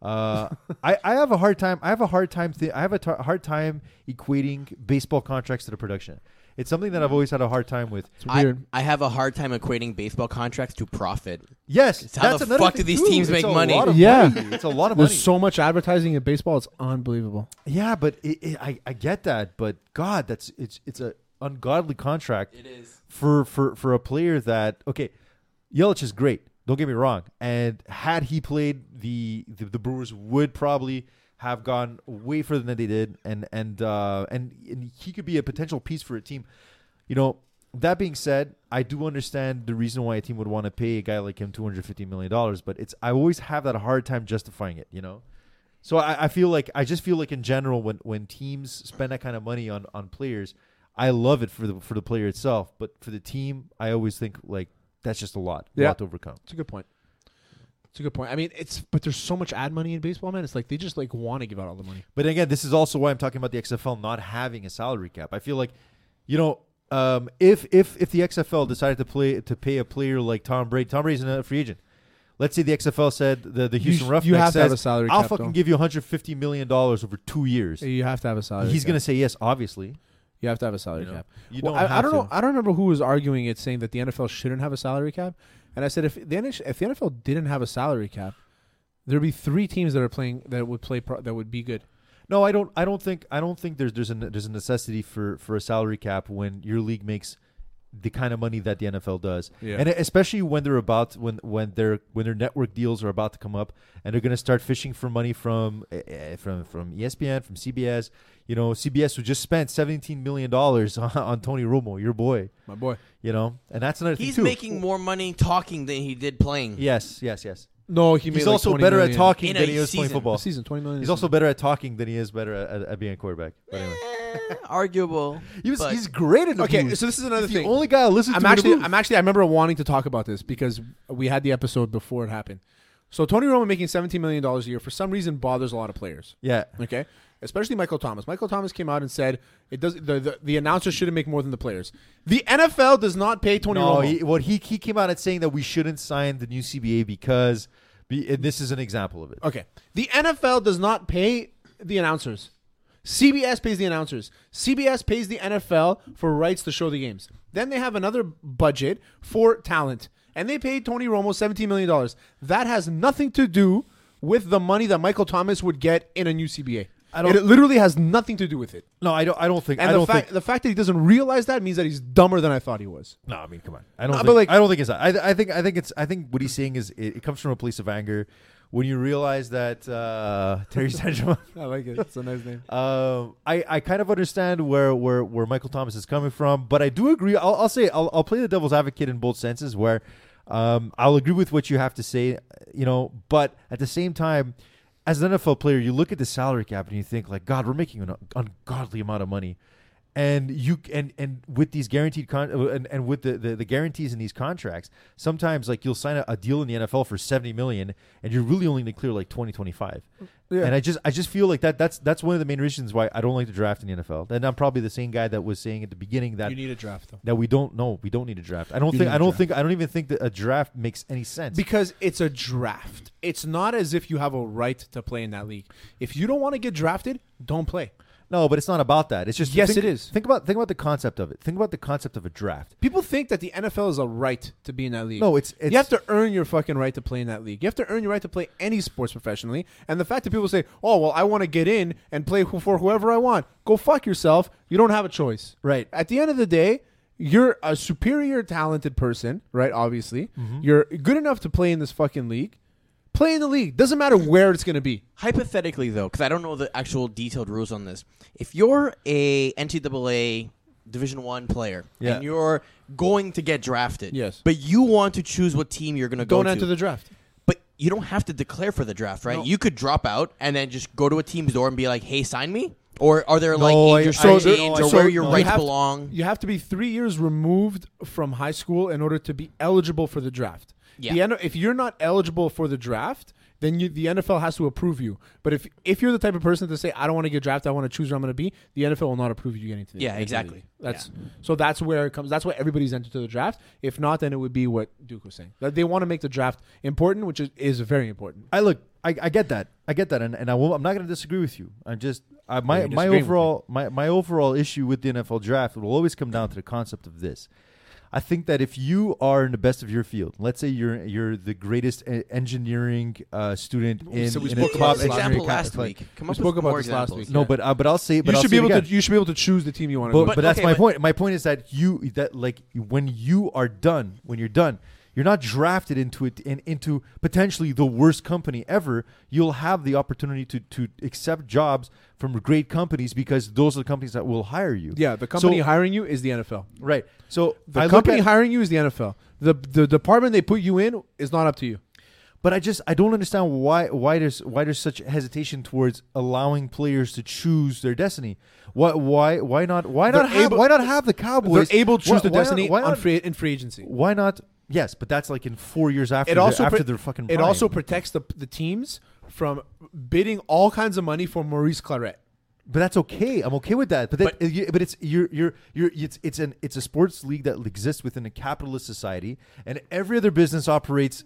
Speaker 3: Uh, I I have a hard time. I have a hard time. Thi- I have a tar- hard time equating baseball contracts to the production. It's something that I've always had a hard time with.
Speaker 1: It's
Speaker 2: I,
Speaker 1: weird.
Speaker 2: I have a hard time equating baseball contracts to profit.
Speaker 3: Yes,
Speaker 2: It's how
Speaker 3: that's
Speaker 2: the
Speaker 3: another
Speaker 2: fuck
Speaker 3: thing
Speaker 2: do these
Speaker 3: too.
Speaker 2: teams
Speaker 3: It's
Speaker 2: make
Speaker 3: a
Speaker 2: money?
Speaker 3: lot of
Speaker 1: Yeah.
Speaker 3: money. it's a lot of money.
Speaker 1: There's so much advertising in baseball. It's unbelievable.
Speaker 3: yeah, but it, it, I I get that, but God, that's it's it's a ungodly contract.
Speaker 2: is.
Speaker 3: for for for a player that okay, Yelich is great. Don't get me wrong. And had he played, the the, the Brewers would probably have gone way further than they did. And and uh, and and he could be a potential piece for a team. You know. That being said, I do understand the reason why a team would want to pay a guy like him two hundred fifty million dollars, but it's I always have that hard time justifying it. You know. So I, I feel like I just feel like in general when when teams spend that kind of money on on players, I love it for the for the player itself, but for the team, I always think like that's just a lot, a
Speaker 1: Yeah.
Speaker 3: lot to overcome.
Speaker 1: It's a good point. It's a good point. I mean, it's but there's so much ad money in baseball, man. It's like they just like want to give out all the money.
Speaker 3: But again, this is also why I'm talking about the XFL not having a salary cap. I feel like, you know, um, if if if the XFL decided to play to pay a player like Tom Brady, Tom Brady's a free agent. Let's say the XFL said the, the Houston
Speaker 1: you
Speaker 3: Roughnecks
Speaker 1: have to
Speaker 3: says,
Speaker 1: have a salary
Speaker 3: I'll
Speaker 1: cap,
Speaker 3: fucking
Speaker 1: though."
Speaker 3: give you 150 million dollars over two years.
Speaker 1: You have to have a salary.
Speaker 3: He's
Speaker 1: cap.
Speaker 3: gonna say yes, obviously.
Speaker 1: You have to have a salary
Speaker 3: You know,
Speaker 1: cap.
Speaker 3: you
Speaker 1: Well,
Speaker 3: don't
Speaker 1: I, I
Speaker 3: have
Speaker 1: don't know.
Speaker 3: to.
Speaker 1: I don't remember who was arguing it, saying that the NFL shouldn't have a salary cap. And I said, if the NHL, if the NFL didn't have a salary cap, there'd be three teams that are playing that would play pro, that would be good.
Speaker 3: No, I don't. I don't think. I don't think there's there's a there's a necessity for for a salary cap when your league makes the kind of money that the NFL does,
Speaker 1: Yeah.
Speaker 3: and e, especially when they're about when when their when their network deals are about to come up, and they're going to start fishing for money from eh, eh, from from ESPN, from CBS. You know, CBS who just spent seventeen million dollars on, on Tony Romo, your boy.
Speaker 1: My boy.
Speaker 3: You know, and that's another
Speaker 2: He's
Speaker 3: thing too.
Speaker 2: making more money talking than he did playing.
Speaker 3: yes, yes, yes.
Speaker 1: No, he made
Speaker 3: He's
Speaker 1: like
Speaker 3: also
Speaker 1: 20
Speaker 3: better at
Speaker 1: million
Speaker 3: talking
Speaker 2: In
Speaker 3: than
Speaker 2: a
Speaker 3: he is playing
Speaker 2: season.
Speaker 1: This
Speaker 3: football.
Speaker 1: season. Twenty million.
Speaker 3: He's also better at talking than he is better at, at, at being a quarterback. But anyway.
Speaker 2: Eh, arguable.
Speaker 3: He was,
Speaker 2: but-
Speaker 3: he's great at the
Speaker 1: okay.
Speaker 3: booth.
Speaker 1: So this is another
Speaker 3: He's
Speaker 1: thing.
Speaker 3: the only guy I listen
Speaker 1: I'm
Speaker 3: to. in the
Speaker 1: actually,
Speaker 3: booth.
Speaker 1: I'm actually, I remember wanting to talk about this because we had the episode before it happened. So Tony Romo making 17 million dollars a year for some reason bothers a lot of players.
Speaker 3: yeah,
Speaker 1: Okay, especially Michael Thomas. Michael Thomas came out and said it does. The, the, the announcers shouldn't make more than the players. The NFL does not pay Tony
Speaker 3: no,
Speaker 1: Romo.
Speaker 3: he, what he he came out at saying that we shouldn't sign the new CBA because, be, and this is an example of it.
Speaker 1: okay, the NFL does not pay the announcers. CBS pays the announcers. CBS pays the NFL for rights to show the games. Then they have another budget for talent, and they paid Tony Romo seventeen million dollars. That has nothing to do with the money that Michael Thomas would get in a new CBA.
Speaker 3: I don't-
Speaker 1: it literally has nothing to do with it.
Speaker 3: No, I don't. I don't think.
Speaker 1: And
Speaker 3: I
Speaker 1: the
Speaker 3: don't
Speaker 1: fact
Speaker 3: think.
Speaker 1: the fact that he doesn't realize that means that he's dumber than I thought he was.
Speaker 3: No, I mean, come on. I don't.
Speaker 1: No, but
Speaker 3: think,
Speaker 1: like-
Speaker 3: I don't think it's. that. I, I think. I think it's. I think what he's saying is it, it comes from a place of anger when you realize that uh, Terry Sanjaman
Speaker 1: I like it. It's a nice name.
Speaker 3: Um, I, I kind of understand where, where, where Michael Thomas is coming from, but I do agree. I'll, I'll say I'll, I'll play the devil's advocate in both senses, where um, I'll agree with what you have to say, you know, but at the same time, as an NFL player, you look at the salary cap and you think like, God, we're making an ungodly amount of money, and you and and with these guaranteed con- uh, and, and with the, the, the guarantees in these contracts, sometimes like you'll sign a, a deal in the NFL for seventy million, and you're really only going to clear like 20, 25.
Speaker 1: Yeah.
Speaker 3: And I just I just feel like that that's that's one of the main reasons why I don't like the draft in the NFL. And I'm probably the same guy that was saying at the beginning that
Speaker 1: You need a draft though.
Speaker 3: that we don't know we don't need a draft. I
Speaker 1: You
Speaker 3: don't think
Speaker 1: need
Speaker 3: I
Speaker 1: a
Speaker 3: don't
Speaker 1: draft.
Speaker 3: think I don't even think that a draft makes any sense.
Speaker 1: Because it's a draft. It's not as if you have a right to play in that league. If you don't want to get drafted, don't play.
Speaker 3: no, but it's not about that. It's just
Speaker 1: Yes,
Speaker 3: think-
Speaker 1: it is.
Speaker 3: Think about think about the concept of it. Think about the concept of a draft.
Speaker 1: People think that the NFL is a right to be in that league.
Speaker 3: No, it's- it's-
Speaker 1: you have to earn your fucking right to play in that league. You have to earn your right to play any sports professionally. And the fact that people say, "Oh, well, I want to get in and play who- for whoever I want," go fuck yourself. You don't have a choice.
Speaker 3: Right.
Speaker 1: At the end of the day, you're
Speaker 3: Mm-hmm.
Speaker 1: a superior talented person, right? Obviously, you're good enough to play in this fucking league. Play in the league. Doesn't matter where it's gonna be.
Speaker 2: Hypothetically, though, because I don't know the actual detailed rules on this, if you're a NCAA Division One player
Speaker 3: Yeah.
Speaker 2: and you're going to get drafted,
Speaker 1: Yes.
Speaker 2: but you want to choose what team you're going to go
Speaker 1: Don't
Speaker 2: to,
Speaker 1: enter the draft.
Speaker 2: but you don't have to declare for the draft, right? You could drop out and then just go to a team's door and be like, "Hey, sign me." Or are there like
Speaker 3: No,
Speaker 1: Oh,
Speaker 3: I-
Speaker 2: age or
Speaker 3: I-
Speaker 2: certain
Speaker 3: so-
Speaker 2: age or
Speaker 3: so
Speaker 2: where your
Speaker 3: no.
Speaker 2: rights
Speaker 1: have to-
Speaker 2: belong?
Speaker 1: You have to be three years removed from high school in order to be eligible for the draft.
Speaker 2: Yeah.
Speaker 1: The N- if you're not eligible for the draft, then you, the NFL has to approve you. But if if you're the type of person to say, I don't want to get drafted, I want to choose where I'm going to be, the NFL will not approve you getting to the
Speaker 2: Yeah,
Speaker 1: into the
Speaker 2: exactly.
Speaker 1: league. That's so that's where it comes. That's why everybody's entered to the draft. If not, then it would be what Duke was saying. That they want to make the draft important, which is, is very important.
Speaker 3: I look, I, I get that, I get that, and, and I will, I'm not going to disagree with you. I just, I,
Speaker 1: you're
Speaker 3: my my
Speaker 1: disagreeing with
Speaker 3: overall my, my overall issue with the NFL draft will always come down to the concept of this. I think that if you are in the best of your field, let's say you're you're the greatest e- engineering uh, student in,
Speaker 1: so we
Speaker 3: in
Speaker 1: spoke
Speaker 3: a
Speaker 1: about
Speaker 3: top
Speaker 1: this last
Speaker 3: engineering
Speaker 2: example last
Speaker 3: campus, like-
Speaker 2: week. Come
Speaker 1: We
Speaker 2: up
Speaker 1: spoke
Speaker 2: with
Speaker 1: about
Speaker 2: more
Speaker 1: this last
Speaker 2: examples.
Speaker 1: week.
Speaker 3: No, but uh, but I'll say, but
Speaker 1: you
Speaker 3: I'll
Speaker 1: should
Speaker 3: say
Speaker 1: be
Speaker 3: it
Speaker 1: able
Speaker 3: again.
Speaker 1: to you should be able to choose the team you want to
Speaker 3: But,
Speaker 1: go.
Speaker 3: but,
Speaker 1: to.
Speaker 2: But-
Speaker 3: that's
Speaker 2: okay,
Speaker 3: my
Speaker 2: but-
Speaker 3: point. My point is that you that like when you are done, when you're done, you're not drafted into it and into potentially the worst company ever. You'll have the opportunity to to accept jobs from great companies because those are the companies that will hire you.
Speaker 1: yeah, the company
Speaker 3: So-
Speaker 1: hiring you is the NFL.
Speaker 3: right. So
Speaker 1: The
Speaker 3: I look
Speaker 1: company
Speaker 3: at-
Speaker 1: hiring you is the NFL. The the department they put you in is not up to you.
Speaker 3: But I just I don't understand why why there's why there's such hesitation towards allowing players to choose their destiny. Why why why not why
Speaker 1: They're
Speaker 3: not have,
Speaker 1: able-
Speaker 3: why not have the Cowboys?
Speaker 1: They're able to choose the
Speaker 3: why- why not-
Speaker 1: destiny
Speaker 3: why
Speaker 1: on
Speaker 3: not-
Speaker 1: free in free agency.
Speaker 3: Why not? Yes, but that's like in four years after
Speaker 1: It also
Speaker 3: the, after
Speaker 1: pro-
Speaker 3: their fucking.
Speaker 1: it
Speaker 3: prime.
Speaker 1: also protects the the teams from bidding all kinds of money for Maurice Claret.
Speaker 3: but that's okay. I'm okay with that. But that,
Speaker 2: But-
Speaker 3: you- but it's you're you're you're it's it's an it's a sports league that exists within a capitalist society, and every other business operates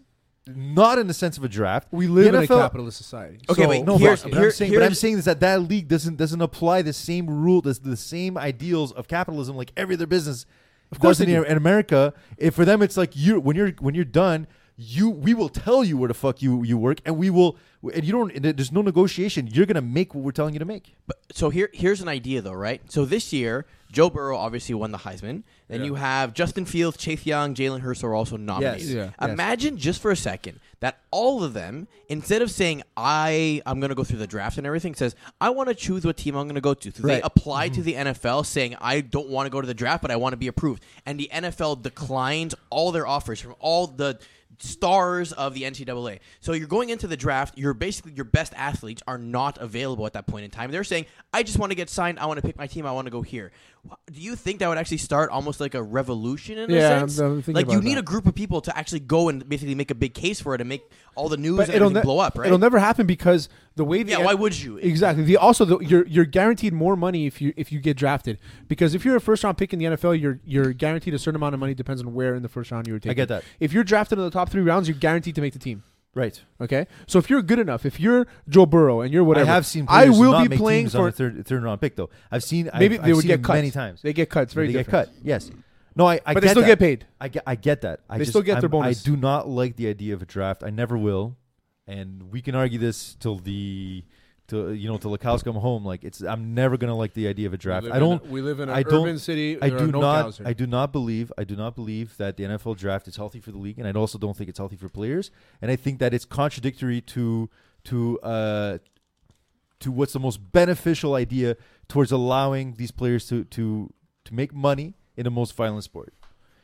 Speaker 3: not in the sense of a draft.
Speaker 1: We live
Speaker 3: The
Speaker 1: in a
Speaker 3: NFL
Speaker 1: capitalist society.
Speaker 2: Okay,
Speaker 1: So-
Speaker 2: wait,
Speaker 3: No,
Speaker 2: here's-
Speaker 3: but, but I'm
Speaker 2: here-
Speaker 3: saying, but I'm
Speaker 2: here's-
Speaker 3: saying is that that league doesn't doesn't apply the same rule, the, the same ideals of capitalism like every other business. Of
Speaker 1: course they
Speaker 3: in,
Speaker 1: do.
Speaker 3: in America, if for them it's like you when you're when you're done, you we will tell you where the fuck you you work, and we will and you don't. and There's no negotiation. You're gonna make what we're telling you to make.
Speaker 2: But so here, here's an idea though, right? So this year, Joe Burrow obviously won the Heisman. Then you have Justin Fields, Chase Young, Jalen Hurts are also nominated.
Speaker 1: Yes.
Speaker 3: Yeah.
Speaker 2: Imagine just for a second that all of them, instead of saying I I'm gonna go through the draft and everything, says I want to choose what team I'm gonna go to. So they
Speaker 3: Right.
Speaker 2: apply
Speaker 1: Mm-hmm.
Speaker 2: to the NFL saying I don't want to go to the draft, but I want to be approved. And the NFL declined all their offers from all the stars of the NCAA. So you're going into the draft, you're basically your best athletes are not available at that point in time. They're saying, I just want to get signed, I want to pick my team, I want to go here. Wh- Do you think that would actually start almost like a revolution in
Speaker 1: Yeah,
Speaker 2: a sense?
Speaker 1: I'm- I'm thinking
Speaker 2: like you
Speaker 1: about
Speaker 2: need
Speaker 1: that.
Speaker 2: a group of people to actually go and basically make a big case for it and make all the news and
Speaker 1: it'll
Speaker 2: everything
Speaker 1: ne-
Speaker 2: blow up, right?
Speaker 1: It'll never happen because the way the
Speaker 2: Yeah, why would you?
Speaker 1: Exactly. The also the, you're you're guaranteed more money if you if you get drafted because if you're a first round pick in the NFL, you're you're guaranteed a certain amount of money depends on where in the first round you were taken.
Speaker 3: get that.
Speaker 1: If you're drafted in the top three rounds, you're guaranteed to make the team.
Speaker 3: Right.
Speaker 1: Okay, so if you're good enough, if you're Joe Burrow and you're whatever,
Speaker 3: I have seen.
Speaker 1: I
Speaker 3: players
Speaker 1: will
Speaker 3: not
Speaker 1: be
Speaker 3: make
Speaker 1: playing
Speaker 3: teams
Speaker 1: for
Speaker 3: on a third, third round pick though. I've seen I've-
Speaker 1: maybe
Speaker 3: I've,
Speaker 1: they would
Speaker 3: seen
Speaker 1: get
Speaker 3: it
Speaker 1: cut
Speaker 3: many times.
Speaker 1: They get cut. It's very
Speaker 3: they
Speaker 1: different.
Speaker 3: get cut. Yes. No, I, I
Speaker 1: But they
Speaker 3: get
Speaker 1: still
Speaker 3: that.
Speaker 1: get paid.
Speaker 3: I get, I get that. I
Speaker 1: They
Speaker 3: just,
Speaker 1: still get their
Speaker 3: I'm-
Speaker 1: bonus.
Speaker 3: I do not like the idea of a draft. I never will, and we can argue this till the, till you know, till the cows come home. Like it's, I'm never gonna like the idea of a draft. I don't.
Speaker 1: we live in
Speaker 3: I don't-
Speaker 1: city.
Speaker 3: I do not. I do not believe. I do not believe that the NFL draft is healthy for the league, and I also don't think it's healthy for players. And I think that it's contradictory to to uh, to what's the most beneficial idea towards allowing these players to to to make money in the most violent sport.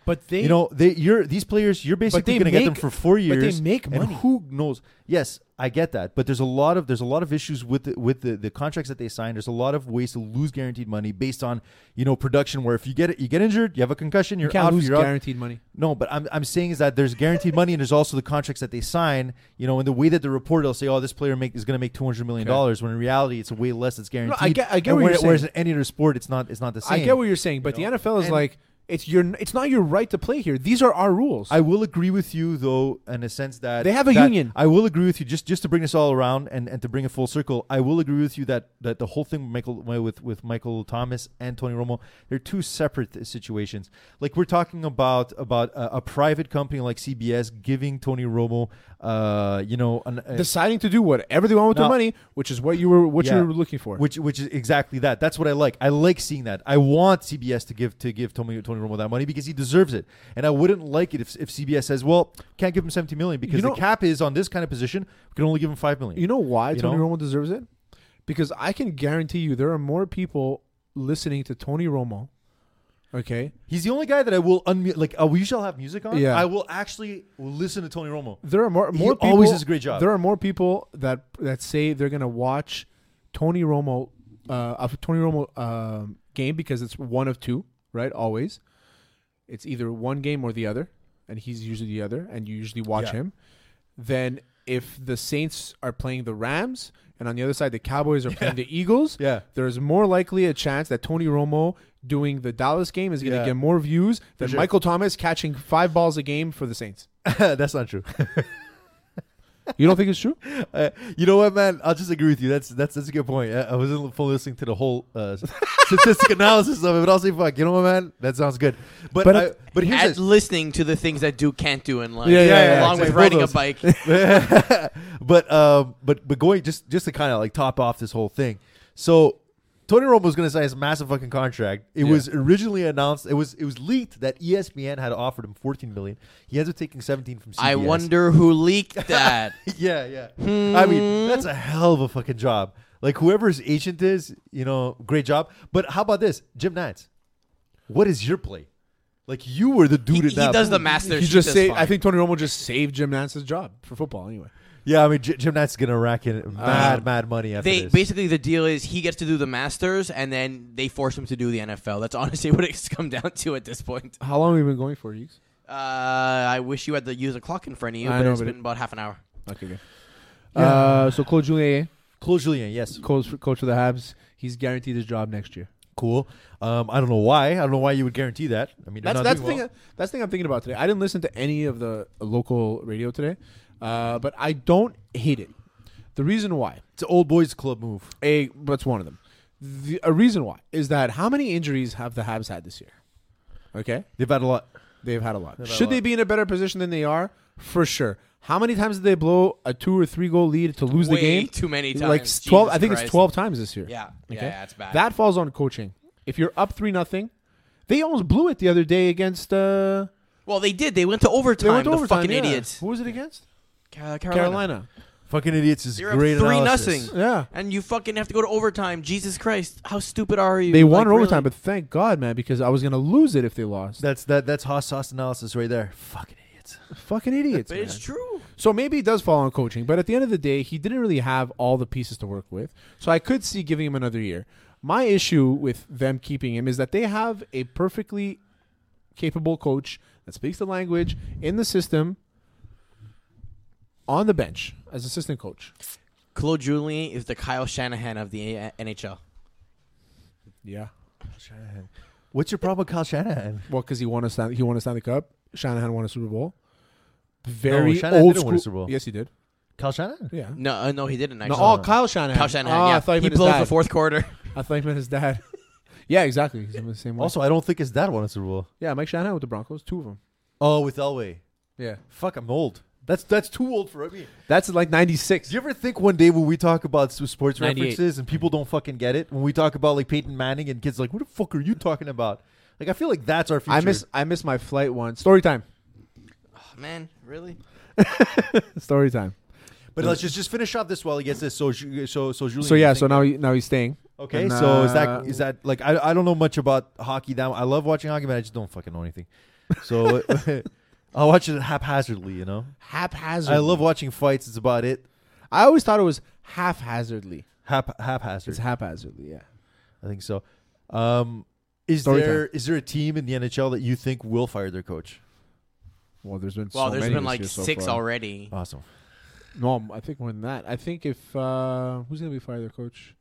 Speaker 1: but they
Speaker 3: You know, they you're these players. You're basically
Speaker 1: they
Speaker 3: going to get them
Speaker 1: make-
Speaker 3: for four
Speaker 1: but
Speaker 3: years.
Speaker 1: they make
Speaker 3: and
Speaker 1: money.
Speaker 3: Who knows? Yes, I get that, but there's a lot of there's a lot of issues with the, with the, the contracts that they sign. There's a lot of ways to lose guaranteed money based on you know production. Where if you get it, you get injured, you have a concussion, you're
Speaker 1: you can't
Speaker 3: out.
Speaker 1: lose
Speaker 3: you're out.
Speaker 1: guaranteed money.
Speaker 3: No, but I'm, I'm saying is that there's guaranteed money and there's also the contracts that they sign. You know, and the way that they're reported, they'll say, "Oh, this player make is going to make two hundred million dollars," when in reality, it's way less. It's guaranteed.
Speaker 1: get- I get
Speaker 3: And
Speaker 1: what
Speaker 3: where-
Speaker 1: you're
Speaker 3: Whereas
Speaker 1: saying.
Speaker 3: in any other sport, it's not. It's not the same.
Speaker 1: I get what you're saying, but
Speaker 3: know?
Speaker 1: the NFL is
Speaker 3: And-
Speaker 1: like it's your it's not your right to play here. These are our rules.
Speaker 3: I will agree with you though, in a sense that
Speaker 1: They have a
Speaker 3: that-
Speaker 1: union.
Speaker 3: I will agree with you just just to bring this all around and, and to bring a full circle. I will agree with you that that the whole thing with Michael with with Michael Thomas and Tony Romo, they're two separate situations. Like we're talking about about a, a private company like CBS giving Tony Romo uh, you know, an, uh,
Speaker 1: Deciding to do whatever they want with
Speaker 3: No.
Speaker 1: their money, which is what you were what
Speaker 3: Yeah.
Speaker 1: you were looking for.
Speaker 3: which which is exactly that. That's what I like. I like seeing that. I want CBS to give to give Tony Tony Romo that money because he deserves it. And I wouldn't like it if, if CBS says, "Well, can't give him 70 million because
Speaker 1: You
Speaker 3: the
Speaker 1: know-
Speaker 3: cap is on this kind of position. We can only give him 5 million."
Speaker 1: you know why
Speaker 3: You
Speaker 1: Tony
Speaker 3: know?
Speaker 1: Romo deserves it? Because I can guarantee you there are more people listening to Tony Romo. Okay.
Speaker 3: He's the only guy that I will unmute like uh, we shall have music on.
Speaker 1: Yeah.
Speaker 3: I will actually listen to Tony Romo.
Speaker 1: There are more
Speaker 3: He
Speaker 1: more people,
Speaker 3: always does a great job.
Speaker 1: There are more people that that say they're gonna watch Tony Romo uh, a Tony Romo um, game because it's one of two, right? Always, it's either one game or the other, and he's usually the other, and you usually watch
Speaker 3: Yeah.
Speaker 1: him. Then if the Saints are playing the Rams, and on the other side the Cowboys are playing the Eagles,
Speaker 3: Yeah.
Speaker 1: there's more likely a chance that Tony Romo doing the Dallas game is gonna
Speaker 3: Yeah.
Speaker 1: get more views than
Speaker 3: sure.
Speaker 1: Michael Thomas catching five balls a game for the Saints.
Speaker 3: That's not true.
Speaker 1: You don't think it's true?
Speaker 3: Uh, you know what, man? I'll just agree with you. That's that's that's a good point. I, I wasn't fully listening to the whole uh, statistic analysis of it, but I'll say, fuck, you know what, man? That sounds good. But
Speaker 1: But
Speaker 3: I-
Speaker 1: it-
Speaker 3: but here's
Speaker 2: At
Speaker 3: this.
Speaker 2: listening to the things that Duke can't do in life,
Speaker 1: Yeah, yeah, yeah,
Speaker 2: along
Speaker 3: exactly.
Speaker 2: with riding a
Speaker 3: Bulldoze.
Speaker 2: bike.
Speaker 3: but um, but but going just just to kind of like top off this whole thing. So Tony Romo was going to sign his massive fucking contract. It
Speaker 1: Yeah.
Speaker 3: was originally announced. It was it was leaked that E ESPN had offered him 14 million. He ends up taking 17 from. CBS.
Speaker 2: I wonder who leaked that.
Speaker 3: yeah, yeah. I mean, that's a hell of a fucking job. Like whoever his agent is, you know, great job. But how about this, Jim Nance? What is your play? Like you were the dude
Speaker 2: he
Speaker 3: in that.
Speaker 2: does the
Speaker 3: movie.
Speaker 2: master.
Speaker 1: he
Speaker 2: Chief
Speaker 1: just
Speaker 2: is
Speaker 1: saved.
Speaker 2: fine.
Speaker 1: I think Tony Romo just saved Jim Nance's job for football. Anyway,
Speaker 3: Yeah, I mean, J- Jim Nance is gonna rack in mad,
Speaker 2: Uh,
Speaker 3: mad money after
Speaker 2: they
Speaker 3: this.
Speaker 2: basically the deal is he gets to do the Masters and then they force him to do the NFL. That's honestly what it's come down to at this point.
Speaker 1: how long have we been going for, Hughes?
Speaker 2: Uh, I wish you had to use a clock in front of you,
Speaker 1: I
Speaker 2: but
Speaker 1: know,
Speaker 2: it's
Speaker 1: but
Speaker 2: been
Speaker 1: it-
Speaker 2: about half an hour.
Speaker 1: Okay, good. Uh, so Claude Julien,
Speaker 3: Claude Julien, yes,
Speaker 1: coach for, coach for the Habs, he's guaranteed his job next year.
Speaker 3: cool. Um, I don't know why. I don't know why you would guarantee that. I mean, they're
Speaker 1: That's
Speaker 3: not
Speaker 1: that's the
Speaker 3: doing
Speaker 1: thing. That's the thing I'm thinking about today. I didn't listen to any of the local radio today, uh, but I don't hate it. The reason why
Speaker 3: well. It's an old boys club move.
Speaker 1: a that's one of them. The, a reason why is that how many injuries have the Habs had this year? Okay,
Speaker 3: They've had a lot.
Speaker 1: They've had a lot.
Speaker 3: had a
Speaker 1: Should
Speaker 3: lot.
Speaker 1: they be in a better position than they are? For sure. How many times did they blow a two or three goal lead to lose
Speaker 2: Way
Speaker 1: the game?
Speaker 2: too many times.
Speaker 1: Like
Speaker 2: Jesus
Speaker 1: twelve. I think
Speaker 2: Christ.
Speaker 1: it's twelve times this year.
Speaker 2: Yeah, yeah, yeah, it's bad.
Speaker 1: That falls on coaching. If you're up three nothing, they almost blew it the other day against. Uh,
Speaker 2: Well, they did. They went to overtime.
Speaker 1: they went to
Speaker 2: the
Speaker 1: overtime.
Speaker 2: fucking
Speaker 1: yeah.
Speaker 2: idiots.
Speaker 1: Who was it against?
Speaker 2: Ca-
Speaker 1: Carolina.
Speaker 3: Fucking idiots is
Speaker 2: You're up
Speaker 3: great.
Speaker 2: three
Speaker 3: analysis.
Speaker 2: nothing.
Speaker 1: Yeah.
Speaker 2: And you fucking have to go to overtime. Jesus Christ, how stupid are you?
Speaker 1: They won in
Speaker 2: Like,
Speaker 1: overtime,
Speaker 2: really?
Speaker 1: but thank God, man, because I was gonna lose it if they lost.
Speaker 3: That's that. That's hot sauce analysis right there. Fucking idiots.
Speaker 1: Fucking idiots.
Speaker 2: But
Speaker 1: man.
Speaker 2: it's true.
Speaker 1: So maybe it does fall on coaching, but at the end of the day, he didn't really have all the pieces to work with. So I could see giving him another year. My issue with them keeping him is that they have a perfectly capable coach that speaks the language in the system on the bench as assistant coach.
Speaker 2: Claude Julien is the Kyle Shanahan of the A- NHL.
Speaker 1: Yeah.
Speaker 3: What's your problem with Kyle Shanahan?
Speaker 1: Well, because he won a Stan- he won a Stanley Cup. Shanahan won a Super Bowl. Very
Speaker 3: Shanahan
Speaker 1: old
Speaker 3: didn't
Speaker 1: school.
Speaker 3: win a Super Bowl. Mm,
Speaker 1: Yes, he did.
Speaker 3: Kyle Shanahan?
Speaker 1: Yeah.
Speaker 2: No, uh, no, he didn't
Speaker 1: No,
Speaker 2: actually.
Speaker 1: oh, Kyle Shanahan.
Speaker 2: Kyle Shanahan.
Speaker 1: Ah,
Speaker 2: yeah,
Speaker 1: I thought he,
Speaker 2: he
Speaker 1: meant his
Speaker 2: blows
Speaker 1: dad.
Speaker 2: the fourth quarter.
Speaker 1: I thought he meant his dad. yeah, exactly. He's the same one.
Speaker 3: Also, I don't think his dad won a Super Bowl.
Speaker 1: Yeah, Mike Shanahan with the Broncos, two of them.
Speaker 3: Oh, with Elway.
Speaker 1: Yeah,
Speaker 3: Fuck, I'm old. That's that's too old for me.
Speaker 1: that's like
Speaker 3: Do
Speaker 1: '96.
Speaker 3: you ever think one day when we talk about s- sports
Speaker 2: 98.
Speaker 3: references and people don't fucking get it? When we talk about like Peyton Manning and kids like, what the fuck are you talking about? Like, I feel like that's our future.
Speaker 1: I miss I miss my flight once. Story time.
Speaker 2: Oh, man, really?
Speaker 1: Story time.
Speaker 3: But let's just just finish off this while he gets this. So Ju- so so Julian.
Speaker 1: So
Speaker 3: you
Speaker 1: yeah,
Speaker 3: think-
Speaker 1: so now he, now he's staying.
Speaker 3: okay.
Speaker 1: And,
Speaker 3: so is
Speaker 1: uh,
Speaker 3: that is that like I, I don't know much about hockey. That I love watching hockey, but I just don't fucking know anything. So I watch it haphazardly. You know,
Speaker 1: haphazard?
Speaker 3: I love watching fights. It's about it.
Speaker 1: I always thought it was haphazardly.
Speaker 3: Hap haphazard.
Speaker 1: It's haphazardly. Yeah.
Speaker 3: I think so. Um, is there
Speaker 1: Story
Speaker 3: is there a team in the NHL that you think will fire their coach?
Speaker 1: Well, there's been.
Speaker 2: Well,
Speaker 1: so
Speaker 2: there's
Speaker 1: many
Speaker 2: been
Speaker 1: this
Speaker 2: like
Speaker 1: year so
Speaker 2: six
Speaker 1: far.
Speaker 2: already.
Speaker 3: Awesome.
Speaker 1: No, I'm- I think more than that. I think if uh who's gonna be fired their coach?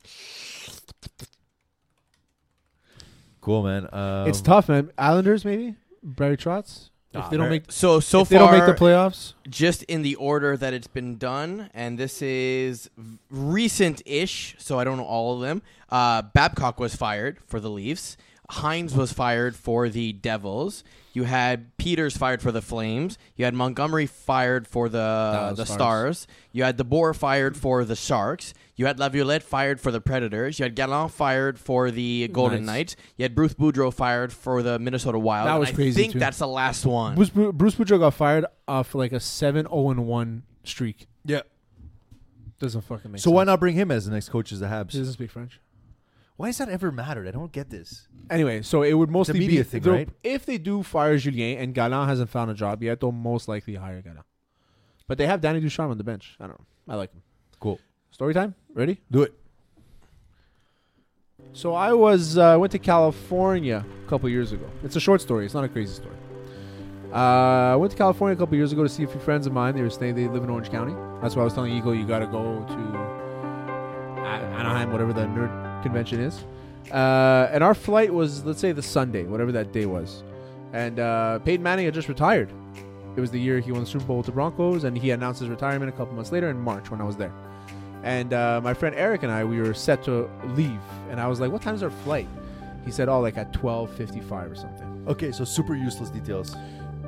Speaker 3: Cool, man. Um,
Speaker 1: it's tough, man. Islanders maybe. Barry Trotz.
Speaker 3: Ah,
Speaker 1: if they don't
Speaker 3: Barry-
Speaker 1: make
Speaker 2: So so
Speaker 1: if they
Speaker 2: far,
Speaker 1: don't make the playoffs.
Speaker 2: just in the order that it's been done, and this is recent-ish, so I don't know all of them. Uh, Babcock was fired for the Leafs. Hines was fired for the Devils. You had Peters fired for the Flames. You had Montgomery fired for the
Speaker 1: Dallas
Speaker 2: the
Speaker 1: Uh, Stars.
Speaker 2: Stars. You had DeBoer fired for the Sharks. You had Laviolette fired for the Predators. You had Gallant fired for the Golden
Speaker 1: Nice.
Speaker 2: Knights. You had Bruce Boudreau fired for the Minnesota Wild.
Speaker 1: That
Speaker 2: And
Speaker 1: was
Speaker 2: I
Speaker 1: crazy,
Speaker 2: think
Speaker 1: too.
Speaker 2: that's the last one.
Speaker 1: Bruce, Bru- Bruce Boudreau got fired off like a 7 0 1 streak.
Speaker 3: Yeah.
Speaker 1: Doesn't fucking make
Speaker 3: So
Speaker 1: sense.
Speaker 3: why not bring him as the next coach of the
Speaker 1: He
Speaker 3: Habs?
Speaker 1: doesn't speak French.
Speaker 3: Why has that ever mattered? I don't get this.
Speaker 1: Anyway, so it would mostly
Speaker 3: media
Speaker 1: be
Speaker 3: thing,
Speaker 1: they'll-
Speaker 3: right?
Speaker 1: If they do fire Julien and Gallant hasn't found a job yet, they'll most likely hire Gallant. But they have Danny Ducharme on the bench. I don't know. I like him.
Speaker 3: Cool.
Speaker 1: Story time. Ready?
Speaker 3: Do it.
Speaker 1: So I was uh, went to California a couple years ago. It's a short story. It's not a crazy story. Uh, I went to California a couple years ago to see a few friends of mine. They were staying. They live in Orange County. That's why I was telling Eagle you got to go to A- Anaheim, whatever that nerd convention is. Uh, and our flight was let's say the Sunday, whatever that day was. And uh, Peyton Manning had just retired. It was the year he won the Super Bowl with the Broncos, and he announced his retirement a couple months later in March when I was there. And uh, my friend Eric and I, we were set to leave, and I was like, "What time is our flight?" He said, "Oh, like at twelve fifty-five or something."
Speaker 3: Okay, so super useless details.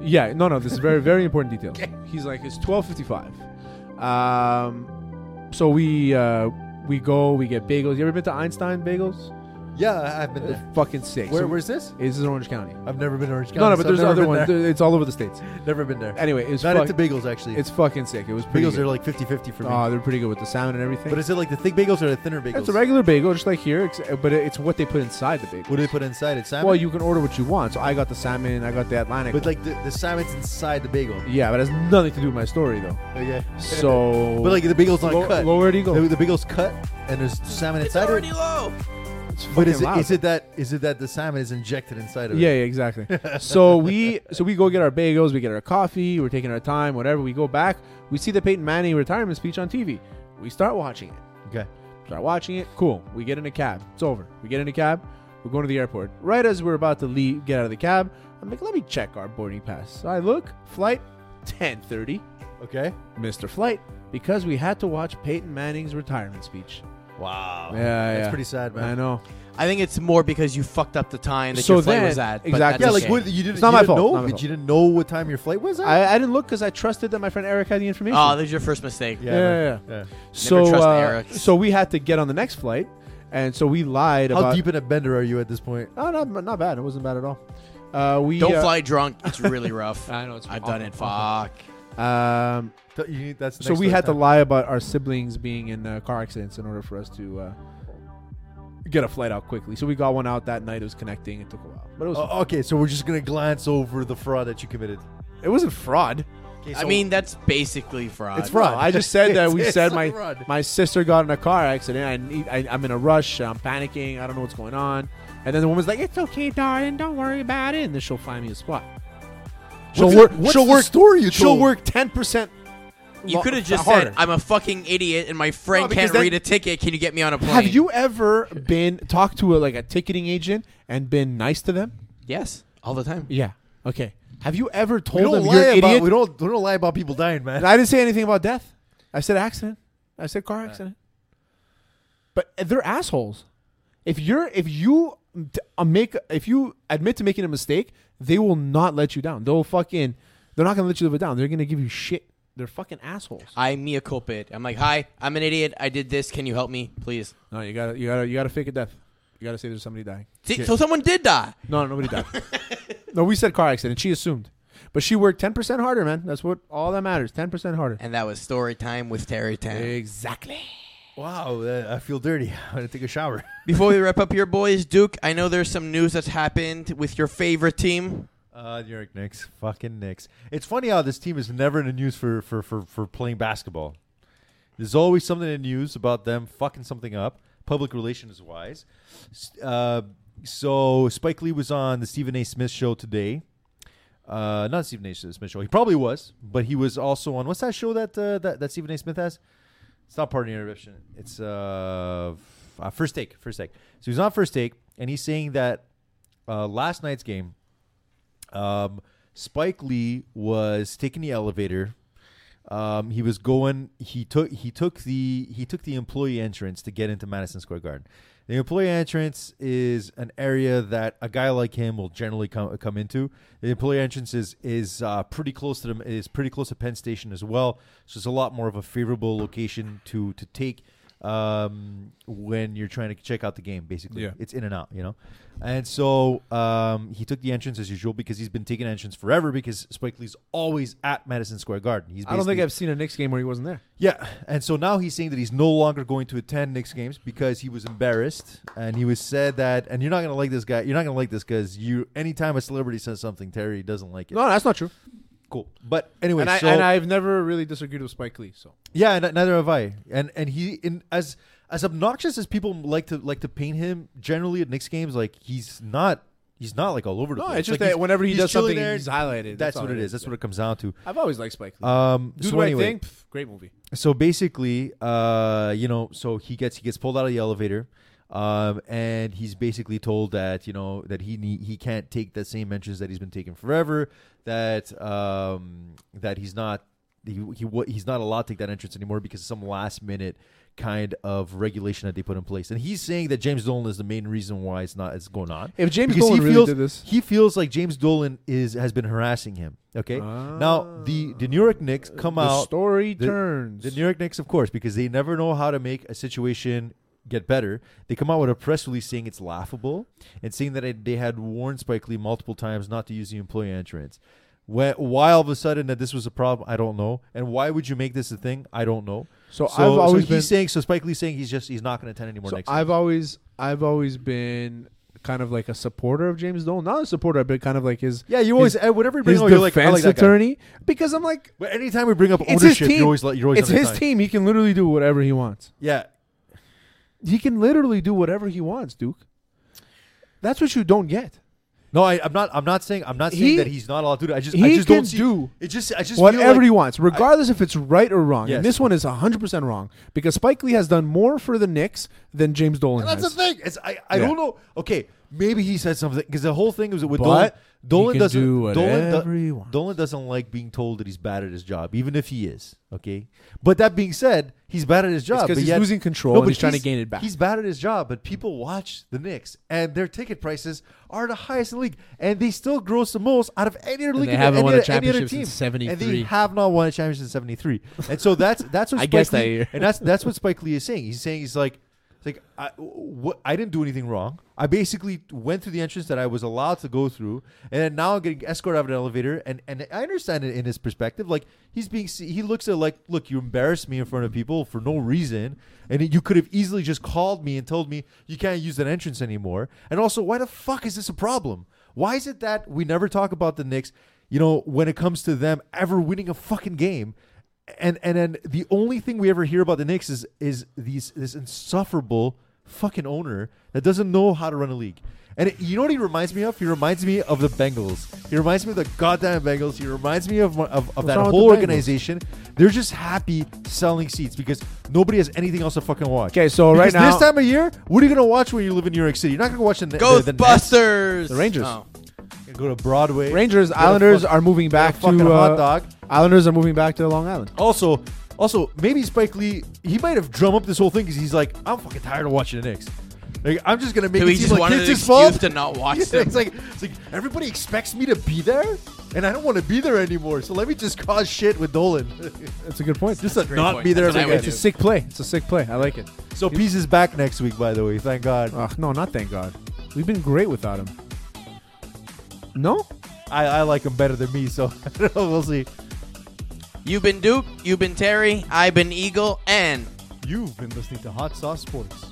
Speaker 1: Yeah, no, no, this is very, very important detail. He's like, "It's twelve fifty-five. Um, so we uh, we go, we get bagels. You ever been to Einstein Bagels?
Speaker 3: Yeah, I- I've been
Speaker 1: They're
Speaker 3: there.
Speaker 1: fucking sick.
Speaker 3: Where,
Speaker 1: So-
Speaker 3: where's this?
Speaker 1: this is Orange County.
Speaker 3: I've never been to Orange County.
Speaker 1: No, no,
Speaker 3: so
Speaker 1: but
Speaker 3: I've
Speaker 1: there's
Speaker 3: never
Speaker 1: other
Speaker 3: been
Speaker 1: ones.
Speaker 3: there.
Speaker 1: It's all over the states.
Speaker 3: Never been there.
Speaker 1: Anyway, it's
Speaker 3: Not
Speaker 1: fuck,
Speaker 3: into bagels, actually.
Speaker 1: it's fucking sick. It was pretty
Speaker 3: bagels
Speaker 1: good.
Speaker 3: are like 50 50 for me.
Speaker 1: oh, they're pretty good with the salmon and everything.
Speaker 3: but is it like the thick bagels or the thinner bagels?
Speaker 1: it's a regular bagel, just like here, ex- but it- it's what they put inside the bagel.
Speaker 3: What do they put inside it? Salmon?
Speaker 1: Well, you can order what you want. So I got the salmon, I got the Atlantic.
Speaker 3: but like the, the salmon's inside the bagel.
Speaker 1: yeah, but it has nothing to do with my story though.
Speaker 3: Okay.
Speaker 1: So,
Speaker 3: But like the bagel's not
Speaker 1: Lo-
Speaker 3: cut.
Speaker 1: lower Eagle.
Speaker 3: The, the bagel's cut and there's salmon
Speaker 2: it's
Speaker 3: inside
Speaker 2: already
Speaker 3: it.
Speaker 2: low.
Speaker 1: it's
Speaker 3: But is
Speaker 1: fucking
Speaker 3: it,
Speaker 1: loud.
Speaker 3: is it that is it that the salmon is injected inside of
Speaker 1: Yeah, yeah,
Speaker 3: it?
Speaker 1: exactly. so we so we go get our bagels, we get our coffee, we're taking our time, whatever. We go back, we see the Peyton Manning retirement speech on TV. We start watching it.
Speaker 3: Okay.
Speaker 1: Start watching it. Cool. We get in a cab. It's over. We get in a cab. We're going to the airport. Right as we're about to leave, get out of the cab, I'm like, let me check our boarding pass. So I look, flight, 10:30,
Speaker 3: Okay.
Speaker 1: Mr. Flight, because we had to watch Peyton Manning's retirement speech.
Speaker 3: Wow.
Speaker 1: Yeah,
Speaker 3: That's
Speaker 1: yeah.
Speaker 3: pretty sad, man.
Speaker 1: I know.
Speaker 2: I think it's more because you fucked up the time that
Speaker 1: So
Speaker 2: your flight
Speaker 1: then-
Speaker 2: was at. but
Speaker 1: exactly.
Speaker 2: that's
Speaker 3: Yeah, like
Speaker 2: okay.
Speaker 3: what you didn't.
Speaker 1: It's not
Speaker 3: you
Speaker 1: my
Speaker 3: didn't
Speaker 1: fault.
Speaker 3: Know,
Speaker 1: Not my
Speaker 3: but
Speaker 1: fault.
Speaker 3: you didn't know what time your flight was. At?
Speaker 1: I, I didn't look because I trusted that my friend Eric had the information.
Speaker 2: Oh, there's your first mistake.
Speaker 1: yeah,
Speaker 3: man.
Speaker 1: so
Speaker 2: trust
Speaker 1: uh,
Speaker 2: Eric.
Speaker 1: so we had to get on the next flight, and so we lied
Speaker 3: How
Speaker 1: about.
Speaker 3: deep in a bender are you at this point?
Speaker 1: Oh, not not bad. It wasn't bad at all. Uh, we
Speaker 2: Don't
Speaker 1: uh,
Speaker 2: fly drunk. It's really rough.
Speaker 1: I know, it's
Speaker 2: I've
Speaker 1: awful,
Speaker 2: done it.
Speaker 1: awful.
Speaker 2: Fuck.
Speaker 1: Um,
Speaker 3: Th- you need- that's the
Speaker 1: so
Speaker 3: next
Speaker 1: we had to
Speaker 3: time.
Speaker 1: lie about our siblings being in uh, car accidents in order for us to uh, get a flight out quickly. So we got one out that night. It was connecting. It took a while, but it was
Speaker 3: Oh, okay, so we're just gonna glance over the fraud that you committed.
Speaker 1: it wasn't fraud.
Speaker 3: Okay,
Speaker 2: I
Speaker 3: so-
Speaker 2: mean, that's basically fraud.
Speaker 3: It's fraud.
Speaker 1: No, I just said that
Speaker 3: It's-
Speaker 1: we
Speaker 3: it's
Speaker 1: said
Speaker 3: a
Speaker 1: my
Speaker 3: fraud.
Speaker 1: my sister got in a car accident. I need, I, I'm in a rush. I'm panicking. I don't know what's going on. And then the woman's like, "It's okay, darling. Don't worry about it." And then she'll find me a spot. She'll
Speaker 3: What's
Speaker 1: work.
Speaker 3: the- what's
Speaker 1: she'll
Speaker 3: the
Speaker 1: work.
Speaker 3: story you
Speaker 1: she'll
Speaker 3: told?
Speaker 1: work ten percent.
Speaker 2: You could have just said, "I'm a fucking idiot, and my
Speaker 1: No,
Speaker 2: friend
Speaker 1: because
Speaker 2: can't
Speaker 1: then-
Speaker 2: read a ticket. Can you get me on a plane?"
Speaker 1: Have you ever been talked to a, like a ticketing agent and been nice to them?
Speaker 2: Yes, all the time.
Speaker 1: Yeah. Okay. Have you ever
Speaker 3: we
Speaker 1: told
Speaker 3: don't
Speaker 1: them
Speaker 3: lie
Speaker 1: you're an
Speaker 3: about
Speaker 1: idiot?
Speaker 3: we don't we don't lie about people dying, man.
Speaker 1: And I didn't say anything about death. I said accident. I said car accident. But they're assholes. If you're if you d- uh, make if you admit to making a mistake, they will not let you down. They'll fucking they're not gonna let you live it down. They're gonna give you shit. They're fucking assholes.
Speaker 2: I'm Mia Culpit. I'm like, "Hi, I'm an idiot. I did this. Can you help me, please?"
Speaker 1: No, you gotta you gotta you gotta fake a death. You gotta say there's somebody dying.
Speaker 2: See, So someone did die.
Speaker 1: No, no, nobody died. no, we said car accident. She assumed, but she worked ten percent harder, man. That's what all that matters. Ten percent harder.
Speaker 2: And that was story time with Terry Tan.
Speaker 1: Exactly.
Speaker 3: wow, uh, I feel dirty. I'm gonna take a shower.
Speaker 2: Before we wrap up here, boys, Duke, I know there's some news that's happened with your favorite team.
Speaker 3: Uh, New York Knicks, fucking Knicks. It's funny how this team is never in the news for for for, for playing basketball. There's always something in the news about them fucking something up, public relations wise. S- Uh, so Spike Lee was on the Stephen A. Smith show today. Uh, not Stephen A. Smith show. He probably was, but he was also on what's that show that uh, that that Stephen A. Smith has? It's not part of the interruption. It's uh, f- uh, first take, first take. So he's on first take, and he's saying that uh, last night's game um, Spike Lee was taking the elevator Um, he was going. He took he took the he took the employee entrance to get into Madison Square Garden. The employee entrance is an area that a guy like him will generally come come into. The employee entrance is is uh, pretty close to them. Is pretty close to Penn Station as well. So it's a lot more of a favorable location to to take um, when you're trying to check out the game. Basically,
Speaker 1: Yeah.
Speaker 3: it's in and out, you know. And so um, he took the entrance as usual because he's been taking entrance forever because Spike Lee's always at Madison Square Garden. He's
Speaker 1: I don't think
Speaker 3: basically-
Speaker 1: I've seen a Knicks game where he wasn't there.
Speaker 3: yeah, and so now he's saying that he's no longer going to attend Knicks games because he was embarrassed, and he was said that. And you're not gonna like this guy. You're not gonna like this because you. Anytime a celebrity says something, Terry doesn't like it.
Speaker 1: No, that's not true.
Speaker 3: Cool, but anyway,
Speaker 1: and, I,
Speaker 3: so
Speaker 1: and I've never really disagreed with Spike Lee. So
Speaker 3: yeah, n- neither have I. And and he in as as obnoxious as people like to like to paint him, generally at Knicks games, like he's not he's not like all over the
Speaker 1: no,
Speaker 3: place.
Speaker 1: it's just
Speaker 3: Like,
Speaker 1: that
Speaker 3: he's-
Speaker 1: whenever he
Speaker 3: he's
Speaker 1: does something,
Speaker 3: chilling there.
Speaker 1: he's highlighted.
Speaker 3: that's
Speaker 1: all
Speaker 3: what it is. That's what it comes down to.
Speaker 1: I've always liked Spike Lee.
Speaker 3: Um,
Speaker 1: Do
Speaker 3: so
Speaker 1: the right
Speaker 3: anyway,
Speaker 1: thing. Pff, great movie.
Speaker 3: so basically, uh, you know, so he gets he gets pulled out of the elevator, um, and he's basically told that you know that he need, he can't take the same entrance that he's been taking forever. That um, that he's not he, he wa- he's not allowed to take that entrance anymore because of some last minute kind of regulation that they put in place. And he's saying that James Dolan is the main reason why it's not it's going on.
Speaker 1: If James
Speaker 3: Because
Speaker 1: Dolan really
Speaker 3: feels,
Speaker 1: did this-
Speaker 3: he feels like James Dolan is has been harassing him. Okay, now the the New York Knicks come
Speaker 1: Uh, Ah. The
Speaker 3: out.
Speaker 1: story
Speaker 3: the-
Speaker 1: turns.
Speaker 3: The New York Knicks, of course, because they never know how to make a situation get better. They come out with a press release saying it's laughable and saying that it, they had warned Spike Lee multiple times not to use the employee entrance. Why, why all of a sudden that this was a problem? I don't know. And why would you make this a thing? I don't know.
Speaker 1: So I've always
Speaker 3: he's
Speaker 1: been-
Speaker 3: saying so. Spike Lee's saying he's just he's not going to attend anymore
Speaker 1: So
Speaker 3: next.
Speaker 1: I've always I've always been kind of like a supporter of James Dolan. Not a supporter, but kind of like his
Speaker 3: yeah, you always eh, whatever you bring
Speaker 1: his
Speaker 3: up,
Speaker 1: defense
Speaker 3: you're like I like that guy.
Speaker 1: attorney because I'm like
Speaker 3: But anytime we bring up
Speaker 1: it's his
Speaker 3: ownership,
Speaker 1: team.
Speaker 3: you're always like you're always
Speaker 1: it's
Speaker 3: on
Speaker 1: his
Speaker 3: side.
Speaker 1: team. He can literally do whatever he wants.
Speaker 3: Yeah,
Speaker 1: He can literally do whatever he wants, Duke. That's what you don't get.
Speaker 3: no, I, I'm not. I'm not saying. I'm not saying
Speaker 1: He-
Speaker 3: that he's not allowed to do. it. I just. I
Speaker 1: he
Speaker 3: just
Speaker 1: can
Speaker 3: don't see.
Speaker 1: do
Speaker 3: it just. I just. feel
Speaker 1: Whatever
Speaker 3: like-
Speaker 1: he wants, regardless if it's right or wrong.
Speaker 3: Yes.
Speaker 1: And this one is 100% wrong because Spike Lee has done more for the Knicks than James Dolan
Speaker 3: And that's
Speaker 1: has.
Speaker 3: the thing. It's I, I
Speaker 1: Yeah.
Speaker 3: don't know. Okay, maybe he said something because the whole thing was with Dolan.
Speaker 1: But
Speaker 3: Dolan
Speaker 1: he can
Speaker 3: doesn't.
Speaker 1: do
Speaker 3: Dolan,
Speaker 1: whatever he wants.
Speaker 3: Dolan doesn't like being told that he's bad at his job, even if he is. Okay, but that being said, he's bad at his job
Speaker 1: 'cause
Speaker 3: but
Speaker 1: he's
Speaker 3: yet-
Speaker 1: losing control and
Speaker 3: but
Speaker 1: he's trying to gain it back.
Speaker 3: He's bad at his job, but people watch the Knicks, and their ticket prices are the highest in the league, and they still gross the most out of any other league.
Speaker 2: they haven't
Speaker 3: any
Speaker 2: won a
Speaker 3: other- any other
Speaker 2: championship
Speaker 3: team.
Speaker 2: since
Speaker 3: And
Speaker 2: 73.
Speaker 3: they have not won a championship since '73, and so that's that's what
Speaker 2: I
Speaker 3: Spike
Speaker 2: guess that
Speaker 3: Lee-
Speaker 2: year.
Speaker 3: and that's that's what Spike Lee is saying. He's saying he's like, it's like I what I didn't do anything wrong. I basically went through the entrance that I was allowed to go through, and then now I'm getting escorted out of an elevator. And and I understand it in his perspective. Like he's being se- he looks at it like, look, you embarrassed me in front of people for no reason, and you could have easily just called me and told me you can't use that entrance anymore. And also, why the fuck is this a problem? Why is it that we never talk about the Knicks? You know, when it comes to them ever winning a fucking game, and and then the only thing we ever hear about the Knicks is is these this insufferable fucking owner that doesn't know how to run a league. And it, you know what he reminds me of? He reminds me of the Bengals. He reminds me of the goddamn Bengals. He reminds me of of, of that
Speaker 1: wrong with
Speaker 3: whole
Speaker 1: the Bengals?
Speaker 3: organization. They're just happy selling seats because nobody has anything else to fucking watch.
Speaker 1: Okay, so right
Speaker 3: Because this
Speaker 1: now-
Speaker 3: time of year, what are you gonna watch when you live in New York City? You're not gonna watch the the- the Nets.
Speaker 2: Ghostbusters.
Speaker 1: The Rangers.
Speaker 2: Oh.
Speaker 3: You're gonna Go to Broadway.
Speaker 1: Rangers,
Speaker 3: Get a
Speaker 1: Islanders
Speaker 3: fuck-
Speaker 1: are moving
Speaker 3: get a
Speaker 1: back to
Speaker 3: fucking hot
Speaker 1: uh,
Speaker 3: dog.
Speaker 1: Islanders are moving back to Long Island.
Speaker 3: Also, also maybe Spike Lee he might have drummed up this whole thing because he's like, I'm fucking tired of watching the Knicks. Like I'm just gonna make
Speaker 2: So
Speaker 3: it
Speaker 2: he
Speaker 3: seem
Speaker 2: just
Speaker 3: like
Speaker 2: wanted
Speaker 3: it's
Speaker 2: an
Speaker 3: his fault.
Speaker 2: excuse to not watch
Speaker 3: Yeah,
Speaker 2: them.
Speaker 3: It's like it's like everybody expects me to be there, and I don't want to be there anymore. So let me just cause shit with Dolan.
Speaker 1: That's a good point.
Speaker 3: just to
Speaker 2: Great
Speaker 3: not
Speaker 2: point.
Speaker 3: be there
Speaker 2: That's what I
Speaker 3: again.
Speaker 2: would
Speaker 1: it's a
Speaker 2: do.
Speaker 1: sick play. It's a sick play. I like it.
Speaker 3: So Peace is back next week, by the way. Thank God.
Speaker 2: Uh.
Speaker 1: Ugh, no, not thank God. We've been great without him. No?
Speaker 3: I, I like him better than me, so I don't know, we'll see.
Speaker 2: You've been Duke. You've been Terry. I've been Eagle. And
Speaker 3: You've been listening to Hot Sauce Sports.